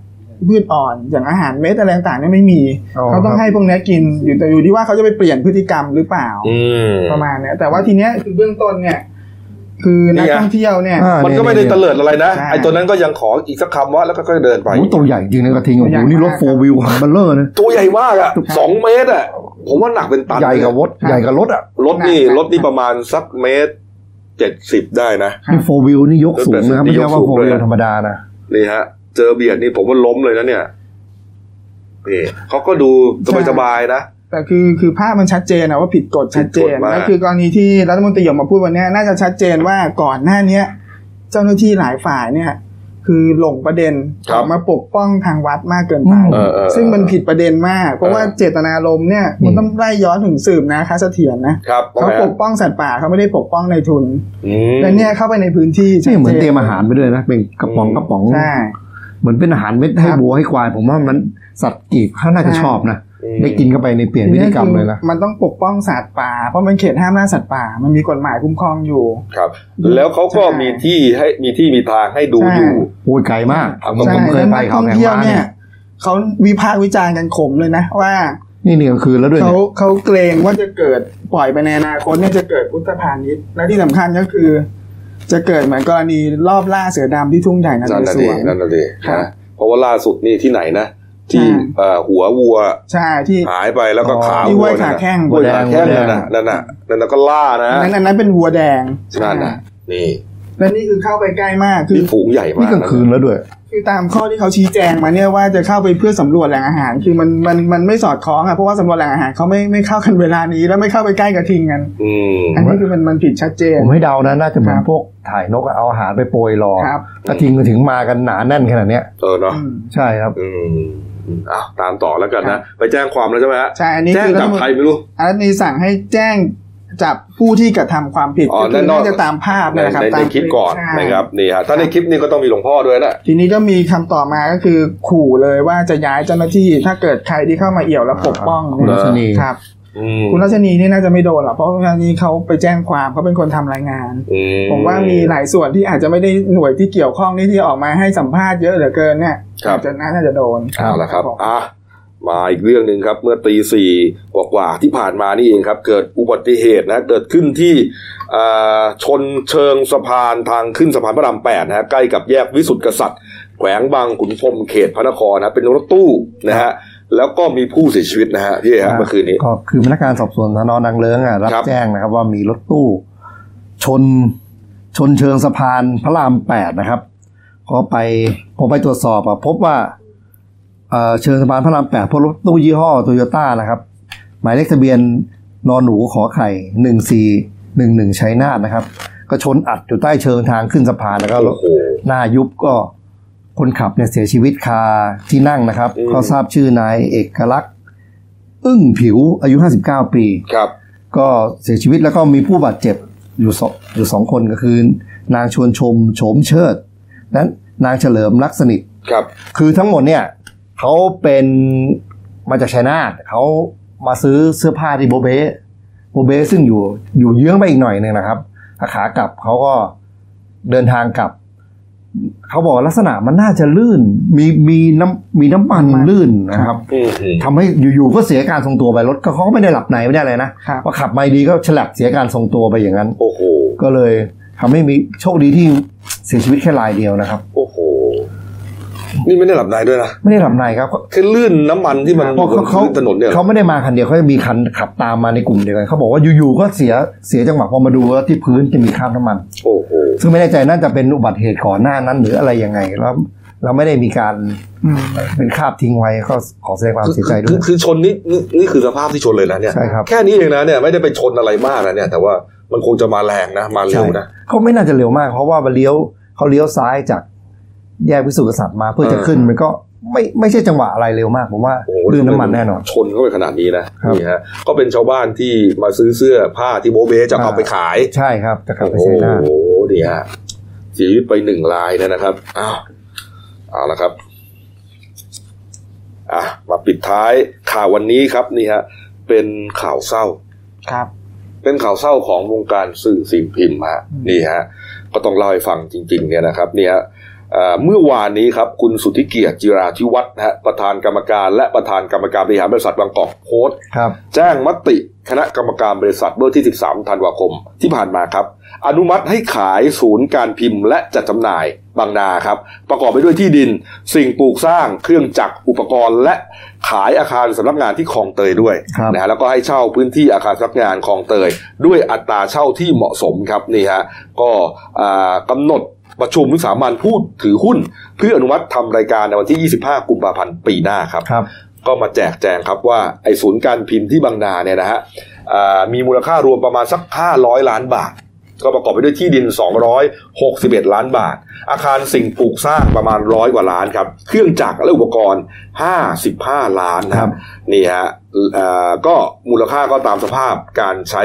Speaker 6: พืชอ่อนอย่างอาหารเม็ดอะไรต่างๆเนี่ยไม่มี
Speaker 2: อ๋อ
Speaker 6: เขาต้
Speaker 2: ค
Speaker 6: อง
Speaker 2: รับ
Speaker 6: ให้พวกเนี้ยกินอยู่แต่อยู่ที่ว่าเขาจะไปเปลี่ยนพฤติกรรมหรือเปล่า
Speaker 1: อืม
Speaker 6: ประมาณเนี้ยแต่ว่าทีเนี้ยคือเบื้องต้นเนี่ย คือนัก
Speaker 1: นี่ไง
Speaker 6: ท่องเที่ยวเนี่ย
Speaker 2: อ่า
Speaker 1: มันก็ไม่ได้
Speaker 2: เนี่ย
Speaker 1: เตลิดอะไรนะ
Speaker 6: ใช่
Speaker 1: ไอ้ตัวนั้นก็ยังขออีกสักคำว่าแล้วก็ก็เดินไป
Speaker 2: โอ้ตัวใหญ่จริงนะกระทิงโอ้
Speaker 6: ตัวให
Speaker 2: โห
Speaker 6: ญ่
Speaker 2: นี่รถ
Speaker 6: มาก
Speaker 2: โฟร์วิวของเบลเลอร์นะ
Speaker 1: ตัวใหญ่มากอ่ะสองเมตรอ่ะ ผมว่าหนักเป็นตัน
Speaker 2: ใหญ่กับรถใหญ่กับรถอ่ะ
Speaker 1: รถนี่
Speaker 6: หนักนะ
Speaker 1: รถนี่ประมาณสักเมตรเจ็ดสิบได้นะ
Speaker 2: นี่โฟร์วิวนี่ยกสูงนะครับ
Speaker 1: นี่
Speaker 2: ไม่
Speaker 1: ย
Speaker 2: ใช่
Speaker 1: ก
Speaker 2: ว่า
Speaker 1: สูง
Speaker 2: โฟร์
Speaker 1: เลย
Speaker 2: วิว
Speaker 1: นะ
Speaker 2: ธรรมดานะ
Speaker 1: นี่ฮะ เจอเบียดนี่ผมว่าล้มเลยนะเนี่ยนี่เขาก็ดูสบายๆนะ
Speaker 6: แต่คือคือภาพมันชัดเจนนะว่าผิดกฎชัดเจน
Speaker 1: ผิดกฎมาก
Speaker 6: และคือกรณีที่รัฐมนตรีหยกมาพูดวันเนี้ยน่าจะชัดเจนว่าก่อนหน้าเนี้ย เจ้าหน้าที่หลายฝ่ายเนี่ย คือหลงประเด็น
Speaker 1: ครับ
Speaker 6: ออกมาปกป้องทางวัดมากเกินไป
Speaker 2: อืม
Speaker 1: เออเออ
Speaker 6: ซึ่งมันผิดประเด็นมาก เพราะว่า
Speaker 1: เออ
Speaker 6: เจตนารมณ์เนี่ยมันต้องไล่ย้อนถึงสืบนะคะเสถียรนะครับเขาปกป้องสัตว์ป่าเขาไม่ได้ปกป้องในทุน
Speaker 1: อืม
Speaker 6: และเนี่ยเข้าไปในพื้นที่ชัด
Speaker 2: นี่
Speaker 6: จ
Speaker 2: เหมือนเตรียมอาหารไปด้วยนะเป็นกระป๋อง
Speaker 1: อืม
Speaker 2: กระป๋อง
Speaker 6: ใช่
Speaker 2: เหมือนเป็นอาหารเม็ดให้
Speaker 6: ครับ
Speaker 2: วัวให้ควาย ผมว่ามันสัตว์กีบเขาน่าจะชอบนะ
Speaker 1: อืม
Speaker 2: ได้กินเข้าไปในเปลี่ยนพฤติกรรมเลยนะ
Speaker 6: มันต้องปกป้องสัตว์ป่า เพราะมันเขตห้ามล่าสัตว์ป่า มันมีกฎหมายคุ้มครองอยู่
Speaker 1: ครับ แล้วเขาก็
Speaker 6: ใช่
Speaker 1: มีที่ให้มีที่มีทางให้ดู
Speaker 6: ใช่
Speaker 1: อยู่
Speaker 2: โอ้ยไกลมากผม
Speaker 6: ใช่
Speaker 2: เคยไป
Speaker 6: แล้วนัก
Speaker 2: เขา
Speaker 6: ท่อง
Speaker 2: แพง
Speaker 6: เที่ยว
Speaker 2: มาก
Speaker 6: เนี่
Speaker 2: เนี่ย ย
Speaker 6: เขาวิพากษ์วิจารณ์กันขมเลยนะ ว่า
Speaker 2: นี่นี่กลางคืนแล้วด้วย
Speaker 6: เขา
Speaker 2: เนี่ย
Speaker 6: เขาเกรงว่าจะเกิดปล่อยไปในอนาคตเนี่ยจะเกิดพุทธพาณิชย์และที่สำคัญก็คือ จะเกิดเหมือนกรณีรอบล่าเสือดำที่ทุ่งใหญ่น
Speaker 1: นั่น
Speaker 6: เร
Speaker 1: น่ะ
Speaker 6: ศ
Speaker 1: ดิ
Speaker 6: วร
Speaker 1: นั่นน่ะดิ
Speaker 6: ครับ
Speaker 1: นะเพราะว่าล่าสุดนี่ที่ไหนนะ ที่
Speaker 6: ใช่
Speaker 1: เอ่อหัววัว
Speaker 6: ใช่ที่
Speaker 1: หายไปแล้วก็
Speaker 2: อ๋อ
Speaker 1: ขา
Speaker 6: ที่ห้วย
Speaker 1: นั่นน่ะ
Speaker 6: ขาแข้ง
Speaker 1: ห้วยขาแข้ง
Speaker 2: หัวแด
Speaker 1: นั่
Speaker 2: ง
Speaker 1: นน่ะนั่นน่ะนั่นน่ะก็ล่านะ
Speaker 6: นั้นอันนั้นเป็นวัวแดง
Speaker 1: นั่นน่ะนี่
Speaker 6: และนี่คือเข้าไปใกล้มากคื
Speaker 1: นี่
Speaker 6: อ
Speaker 1: ฝูงใหญ่มา
Speaker 2: นี่
Speaker 1: ก
Speaker 2: กลางคืนแล้วด้วย
Speaker 6: คือตามข้อที่เขาชี้แจงมาเนี่ยว่าจะเข้าไปเพื่อสำรวจแหล่งอาหาร คือมันมันมันไม่สอดคล้องอ่ะเพราะว่าสำรวจแหล่งอาหารเขาไม่ไม่เข้ากันเวลานี้ แล้วไม่เข้าไปใกล้กระทิงกัน
Speaker 1: อืม
Speaker 6: อันนี้คือมันมันผิดชัดเจน
Speaker 2: ผมให้เดานะน่าจะเหมือ
Speaker 6: คน รับ
Speaker 2: พวกถ่ายนกอะเอาอาหารไปโปรยรอ
Speaker 6: ครับ
Speaker 2: กระทิงมันถึงมากันหนาแน่นขนาดเนี้ย
Speaker 1: เออเนาะ
Speaker 6: อืม
Speaker 2: ใช่ครับ
Speaker 1: อืมอ้าวตามต่อแล้วกัน
Speaker 6: ครั
Speaker 1: นะ
Speaker 6: บ
Speaker 1: ไปแจ้งความแล้วใช่ไหมฮะ
Speaker 6: ใช่อันนี้
Speaker 1: แจ้ง
Speaker 6: คือรั
Speaker 1: จั
Speaker 6: ฐ
Speaker 1: บ
Speaker 6: มน
Speaker 1: ใค
Speaker 6: ต
Speaker 1: ร
Speaker 6: รี
Speaker 1: ไม่รู้
Speaker 6: อันนี้สั่งให้แจ้งจับผู้ที่กระทำความผิด
Speaker 1: อ๋อ
Speaker 6: ก็คือ
Speaker 1: แน่นอน
Speaker 6: น่าจะตามภาพ
Speaker 1: ใน
Speaker 6: เนยนะครับ
Speaker 1: ในใน
Speaker 6: ตาม
Speaker 1: คลิปก่อน
Speaker 6: ใช่
Speaker 1: นะครับนี่ฮะถ้าในคลิปนี้ก็ต้องมีหลวงพ่อด้วยนะ
Speaker 6: ทีนี้ก็มีคำต่อมาก็คือขู่เลยว่าจะย้ายเจ้าหน้าที่ ถ้าเกิดใครที่เข้ามาเอี่ยวและปกป้อง
Speaker 2: คุณรัชนี
Speaker 6: ครับ
Speaker 1: อืม
Speaker 6: คุณรัชนีนี่น่าจะไม่โดนหรอกเพราะคุณรัชนีเขาไปแจ้งความเขาเป็นคนทำรายงาน
Speaker 1: อื
Speaker 6: ผมว่ามีหลายส่วนที่อาจจะไม่ได้หน่วยที่เกี่ยวข้องนี่ที่ออกมาให้สัมภาษณ์เยอะเหลือเกินเนี่ย
Speaker 1: ครับ
Speaker 6: อาจจะน่าจะโดน
Speaker 1: เอาละครับ
Speaker 6: ผม
Speaker 1: อ่ะ มาอีกเรื่องหนึ่งครับ เมื่อตีสี่กว่าๆที่ผ่านมานี่เองครับ เกิดอุบัติเหตุนะ เกิดขึ้นที่อ่าชนเชิงสะพานทางขึ้นสะพานพระรามแปดนะฮะ ใกล้กับแยกวิสุทธิกษัตริย์ แขวงบางขุนพรหมเขตพระนครนะ เป็นรถตู้นะฮะ แล้วก็มีผู้เสียชีวิตนะฮะพี่เอกครับเมื่อคืนนี้
Speaker 2: ก็คือพนักงานสอบสวนสนนางเลิ้งอ่ะรับ
Speaker 1: ครับ
Speaker 2: แจ้งนะครับว่ามีรถตู้ ชนชนเชิงสะพานพระรามแปดนะครับ ก็ไปผมไปตรวจสอบอะพบว่าเอ่อเชิงสะพานพระรามแปดพบรถตู้ยี่ห้อโตโยต้านะครับ หมายเลขทะเบียนนอนหนูขอไข่หนึ่งสี่หนึ่งหนึ่งชัยนาทนะครับ ก็ชนอัดอยู่ใต้เชิงทางขึ้นสะพานแล้วก็รถ
Speaker 1: โอ้โห
Speaker 2: หน้ายุบก็คนขับเนี่ยเสียชีวิตคาที่นั่งนะครับ
Speaker 1: อืม
Speaker 2: เขาทราบชื่อนายเอกลักษณ์ อึ้งผิวอายุ 59 ปี
Speaker 1: ครับ
Speaker 2: ก็เสียชีวิตแล้วก็มีผู้บาดเจ็บอยู่สองอยู่สองคนก็คือ นางชวนชมโฉมเชิด นั้นนางเฉลิมลักษณิต
Speaker 1: ครับ
Speaker 2: คือทั้งหมดเนี่ยเขาเป็นมาจากไชยนาทเขามาซื้อเสื้อผ้าที่โบเบ้โบเบ้ซึ่งอยู่อยู่เยื้องไปอีกหน่อยหนึ่งนะครับขากลับเขาก็เดินทางกลับ เขาบอกลักษณะมันน่าจะลื่น มีมีน้ำมีน้ำมัน
Speaker 6: น้ำมัน
Speaker 2: ลื่นนะครับ
Speaker 1: อืม
Speaker 2: ทำให้อยู่ๆก็เสียการทรงตัวไปรถก็เขาก็ไม่ได้หลับในไม่ได้อะไรนะครับ พอขับมาดีก็ฉลับเสียการทรงตัวไปอย่างนั้น
Speaker 1: โอ้โห
Speaker 2: ก็เลยทำให้มีโชคดีที่เสียชีวิตแค่รายเดียวนะครับ
Speaker 1: โอ้โห นี่ไม่ได้หลับในด้วยนะ
Speaker 2: ไม่ได้หลับในครับ
Speaker 1: คือลื่นน้ำมันที่มัน
Speaker 2: เพราะ
Speaker 1: บน
Speaker 2: เขาเขา
Speaker 1: พื้นถนนเนี่ยเหรอ
Speaker 2: เขาไม่ได้มาคันเดียวเขาจะมีคันขับตามมาในกลุ่มเดียวกันเขาบอกว่าอยู่ๆก็เสียเสียจังหวะพอมาดูแล้วที่พื้นจะมีคราบน้ำมัน
Speaker 1: โอ้โห
Speaker 2: ซึ่งไม่แน่ใจน่าจะเป็นอุบัติเหตุก่อนหน้านั้นหรืออะไรยังไงแล้วเราไม่ได้มีการ
Speaker 6: อืม
Speaker 2: เป็นคราบทิ้งไว้ก็ขอแสดงความเสียใจด้
Speaker 1: คือ
Speaker 2: ว
Speaker 1: ย คือชนนี่นี่นี่คือสภาพที่ชนเลยนะเนี่ย
Speaker 2: ใช่ครับ
Speaker 1: แค่นี้เองนะเนี่ยไม่ได้ไปชนอะไรมากนะเนี่ย แต่ว่ามันคงจะมาแรงนะ มาเร็วนะ
Speaker 2: เขาไม่น่าจะเร็วมาก เพราะว่าเลี้ยวเขาเลี้ยวซ้ายจากแยกพิสูจน์กษัตริย์มาเพื่อจะ
Speaker 1: เออ
Speaker 2: ขึ้นมันก็ไม่ไม่ใช่จังหวะอะไรเร็วมากผมว่า
Speaker 1: โอ้โห
Speaker 2: ลื่นน้ำมันแน่นอน
Speaker 1: ชนเข้าไปขนาดนี้นะครับ นี่ฮะก็เป็นชาวบ้านที่มาซื้อเสื้อผ้าที่โบเบจะเอา
Speaker 2: อ่า
Speaker 1: ไปขาย
Speaker 2: ใช่ครับจะขับ
Speaker 1: โอ้
Speaker 2: ไปใช้หน้าท
Speaker 1: โหดีฮะเสียชีวิตไปหนึ่งรายนะครับ อ้าว เอาละครับ อ่ะ มาปิดท้ายข่าววันนี้ครับนี่ฮะ เป็นข่าวเศร้า
Speaker 6: ครับ
Speaker 1: เป็นข่าวเศร้าของวงการสื่อสิ่งพิมพ์ฮะนี่ฮะ ก็ต้องเล่าให้ฟังจริง ๆ เนี่ยนะครับเนี่ยเอ่อเมื่อวานนี้ครับ คุณสุทธิเกียรติจิราธิวัฒน์นะฮะประธานกรรมการและประธานกรรมการบริหารบริษัทบางกอกโพสต์
Speaker 2: ครับ
Speaker 1: แจ้งมติคณะกรรมการบริษัทเมื่อที่ 13 ธันวาคมที่ผ่านมาครับ อนุมัติให้ขายศูนย์การพิมพ์และจัดจำหน่ายบางนาครับ ประกอบไปด้วยที่ดิน สิ่งปลูกสร้างเครื่องจักรอุปกรณ์และขายอาคารสำนักงานที่คลองเตยด้วย
Speaker 2: ครับ
Speaker 1: นะฮะแล้วก็ให้เช่าพื้นที่อาคารสำนักงานคลองเตย ด้วยอัตราเช่าที่เหมาะสมครับนี่ฮะก็อ่ากำหนดประชุมวิสามันผู้ถือหุ้น เพื่ออนุมัติทำรายการในวันที่ 25 กุมภาพันธ์ปีหน้าครับ
Speaker 2: ครับ
Speaker 1: ก็มาแจกแจงครับว่าไอ้ศูนย์การพิมพ์ที่บางนาเนี่ยนะฮะอ่ามีมูลค่ารวมประมาณสัก 500 ล้านบาท ก็ประกอบไปด้วยที่ดิน 261 ล้านบาท อาคารสิ่งปลูกสร้างประมาณร้อยกว่าล้านครับ เครื่องจักรและอุปกรณ์ 55 ล้านนะค
Speaker 2: ครั
Speaker 1: รับบ นี่ฮะอ่าก็มูลค่าก็ตามสภาพการใช้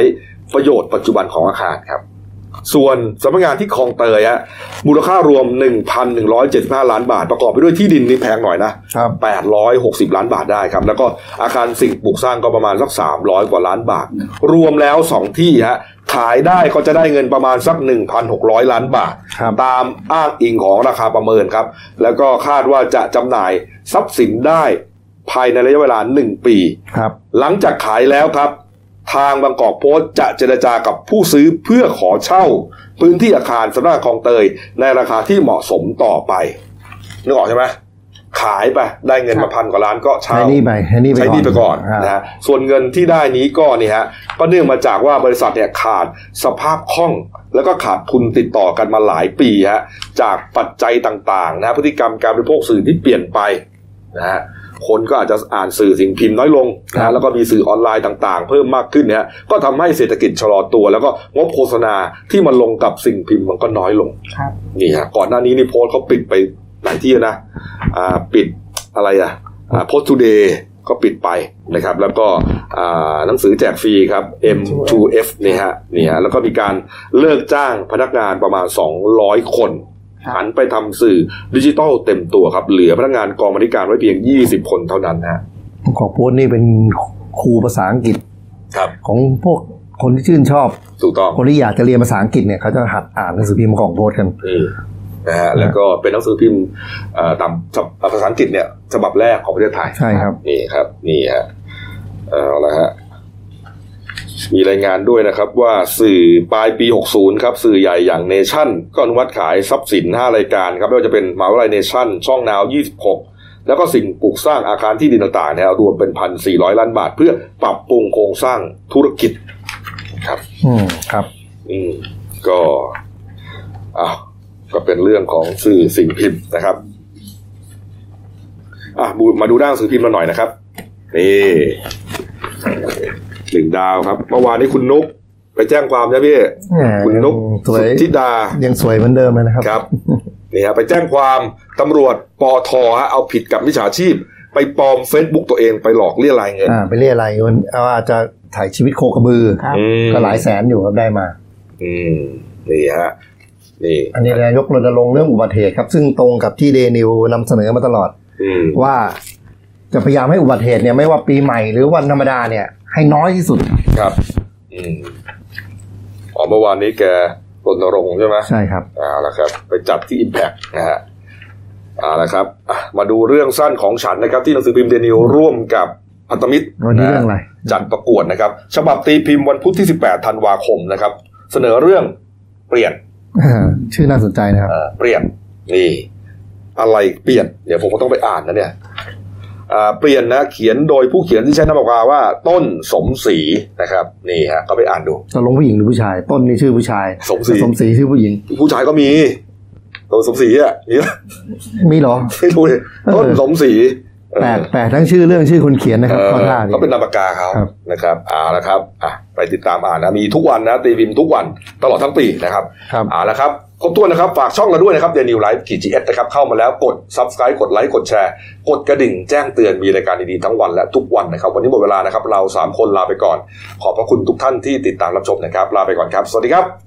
Speaker 1: ประโยชน์ปัจจุบันของอาคารครับ ส่วนสำนักงานที่คลองเตยฮะมูลค่ารวม 1,175 ล้านบาท ประกอบไปด้วยที่ดินนี่แพงหน่อยนะ
Speaker 2: ครับ
Speaker 1: 860 ล้านบาทได้ครับ แล้วก็อาคารสิ่งปลูกสร้างก็ประมาณสัก 300 กว่าล้านบาท รวมแล้ว 2 ที่ฮะขายได้ก็จะได้เงินประมาณสัก 1,600 ล้านบาท
Speaker 2: ครับ
Speaker 1: ตามอ้างอิงของราคาประเมินครับ แล้วก็คาดว่าจะจำหน่ายทรัพย์สินได้ภายในระยะเวลา 1 ปี
Speaker 2: ครับ
Speaker 1: หลังจากขายแล้วครับ ทางบางกอกโพสต์จะเจรจากับผู้ซื้อเพื่อขอเช่า พื้นที่อาคารสำนักงานคลองเตย ในราคาที่เหมาะสมต่อไปนึกออกใช่ไหมขายไปได้เงินมาพันกว่าล้านก็เช่า
Speaker 2: ใช้หนี่ไปใช้หนี่ไป
Speaker 1: ใช้หนี่ไปก่อน
Speaker 2: อ่า
Speaker 1: นะฮะส่วนเงินที่ได้นี้ก็นี่ฮะก็เนื่องมาจากว่าบริษัทเนี่ยขาดสภาพคล่อง แล้วก็ขาดทุนติดต่อกันมาหลายปีฮะจากปัจจัยต่างๆนะฮะพฤติกรรมการบริโภคสื่อที่เปลี่ยนไปนะฮะคนก็อาจจะอ่านสื่อสิ่งพิมพ์น้อยลงนะ
Speaker 2: ครั
Speaker 1: ฮะ
Speaker 2: บ
Speaker 1: แล้วก็มีสื่อออนไลน์ต่างๆ เพิ่มมากขึ้นนะฮะก็ทำให้เศรษฐกิจชะลอตัว แล้วก็งบโฆษณาที่มันลงกับสิ่งพิมพ์มันก็น้อยลง
Speaker 6: ครับ
Speaker 1: นี่ฮะก่อนหน้านี้นี่โพสต์เขาปิดไปหลายที่นะอ่าปิดอะไรอ่ะโพสต์ทูเดย์ก็ปิดไปนะครับ แล้วก็อ่าหนังสือแจกฟรีครับ M2F นี่ฮะนี่ฮะแล้วก็มีการเลิกจ้างพนักงานประมาณ 200 คน
Speaker 6: ครับ
Speaker 1: หันไปทำสื่อดิจิตอลเต็มตัวครับ เหลือพนักงานกองบริการไว้เพียง 20 คนเท่านั้นฮะ
Speaker 2: ของโพสต์นี่เป็นครูภาษาอังกฤษ
Speaker 1: ครับ
Speaker 2: ของพวกคนที่ชื่นชอบ
Speaker 1: ถูกต้อง
Speaker 2: คนที่อยากจะเรียนภาษาอังกฤษเนี่ยเขาจะหัดอ่านหนังสือพิมพ์ของโพสต์กัน
Speaker 1: นี่นะฮะแล้วก็เป็นหนังสือพิมพ์อ่าตามฉบับภาษาอังกฤษเนี่ยฉบับแรกของประเทศไทย
Speaker 2: ใช่ครับ
Speaker 1: นี่ครับนี่ฮะเอาละฮะมีรายงานด้วยนะครับว่าสื่อปลายปี 60 ครับ สื่อใหญ่อย่างเนชั่น ก็อนุมัติขายทรัพย์สิน 5 รายการครับไม่ว่าจะเป็นมหาวิทยาลัยเนชั่น ช่องนาว 26 แล้วก็สิ่งปลูกสร้างอาคารที่ดินต่างๆนะฮะรวมเป็น 1,400 ล้านบาท เพื่อปรับปรุงโครงสร้างธุรกิจครับ
Speaker 2: อืมครับ
Speaker 1: อืม ก็อ้าวก็เป็นเรื่องของสื่อสิ่งพิมพ์นะครับอ่ะบูมาดูด้านหนังสื่อพิมพ์เราหน่อยนะครับนี่หนึ่งดาวครับเมื่อวานนี้คุณนุกไปแจ้งความใช่พี่
Speaker 2: แหม
Speaker 1: คุณนุก
Speaker 2: สวย
Speaker 1: สุทธิดา
Speaker 2: ยังสวยเหมือนเดิมเลยนะครับ
Speaker 1: ครับนี่ฮะไปแจ้งความตำรวจปอทฮะเอาผิดกับมิจฉาชีพ ไปปลอม Facebook ตัวเองไปหลอกเรียรายเงิน
Speaker 2: อ่าไปเรียอะไรมันเอาอาจจะถ่ายชีวิตโคกระบือ
Speaker 6: ครับ
Speaker 1: อืม
Speaker 2: ก็หลายแสนอยู่ครับได้มา
Speaker 1: อืมนี่ฮะนี่
Speaker 2: อันนี้นายกรณรงค์เรื่องอุบัติเหตุครับ ซึ่งตรงกับที่เดนิวนำเสนอมาตลอด
Speaker 1: อืม
Speaker 2: ว่าจะพยายามให้อุบัติเหตุเนี่ยไม่ว่าปีใหม่หรือวันธรรมดาเนี่ย ให้น้อยที่สุด
Speaker 1: ครับอืมอ๋อเมื่อวานนี้แกรณรงค์ใช่ไหม
Speaker 2: ใช่ครับ
Speaker 1: เอ่าละครับ ไปจัดที่ Impact นะฮะเอ่าละครับอ่ะมาดูเรื่องสั้นของฉันนะครับ ที่หนังสือพิมพ์เดนิวร่วมกับพันธมิตร
Speaker 2: วันนี้เรื่องอะไร
Speaker 1: จัดประกวดนะครับ ฉบับตีพิมพ์วันพุธที่ 18 ธันวาคมนะครับ เสนอเรื่องเปลี่ยน
Speaker 2: ชื่อน่าสนใจนะครับ
Speaker 1: เอ่อเปลี่ยนนี่ อะไรเปลี่ยน เดี๋ยวผมก็ต้องไปอ่านนะเนี่ยอ่าเปลี่ยนนะ เขียนโดยผู้เขียนที่ใช้นามปากกาว่า ต้นสมศรีนะครับ นี่ฮะก็ไปอ่านดู
Speaker 2: จะลงผู้หญิงหรือผู้ชาย ต้นนี่ชื่อผู้ชาย
Speaker 1: สมศรี
Speaker 2: สมศรีชื่อผู้หญิง
Speaker 1: ผู้ชายก็มี ต้นสมศรีอ่ะนี่
Speaker 2: มีเหรอ
Speaker 1: ไม่รู้เลย ต้นสมศรีเออ
Speaker 2: แปลกแปลกทั้งชื่อเรื่องชื่อคนเขียนนะครับ
Speaker 1: เออ
Speaker 2: ข้อท่าดี
Speaker 1: เขาเป็นนามปากกาเขา
Speaker 2: ครับ
Speaker 1: นะครับเอ่าแล้วครับอ่ะไปติดตามอ่านนะ มีทุกวันนะ ตีพิมพ์ทุกวันตลอดทั้งปีนะครับ
Speaker 2: ครับ
Speaker 1: เอ่าแล้วครับ ครบถ้วนนะครับ ฝากช่องเราด้วยนะครับเดนิวไลฟ์กีจีเอสนะครับ เข้ามาแล้วกด subscribe กดไลค์กดแชร์ กดกระดิ่งแจ้งเตือนมีรายการดีๆทั้งวันและทุกวันนะครับ วันนี้หมดเวลานะครับ เรา 3 คนลาไปก่อน ขอบพระคุณทุกท่านที่ติดตามรับชมนะครับ ลาไปก่อนครับ สวัสดีครับ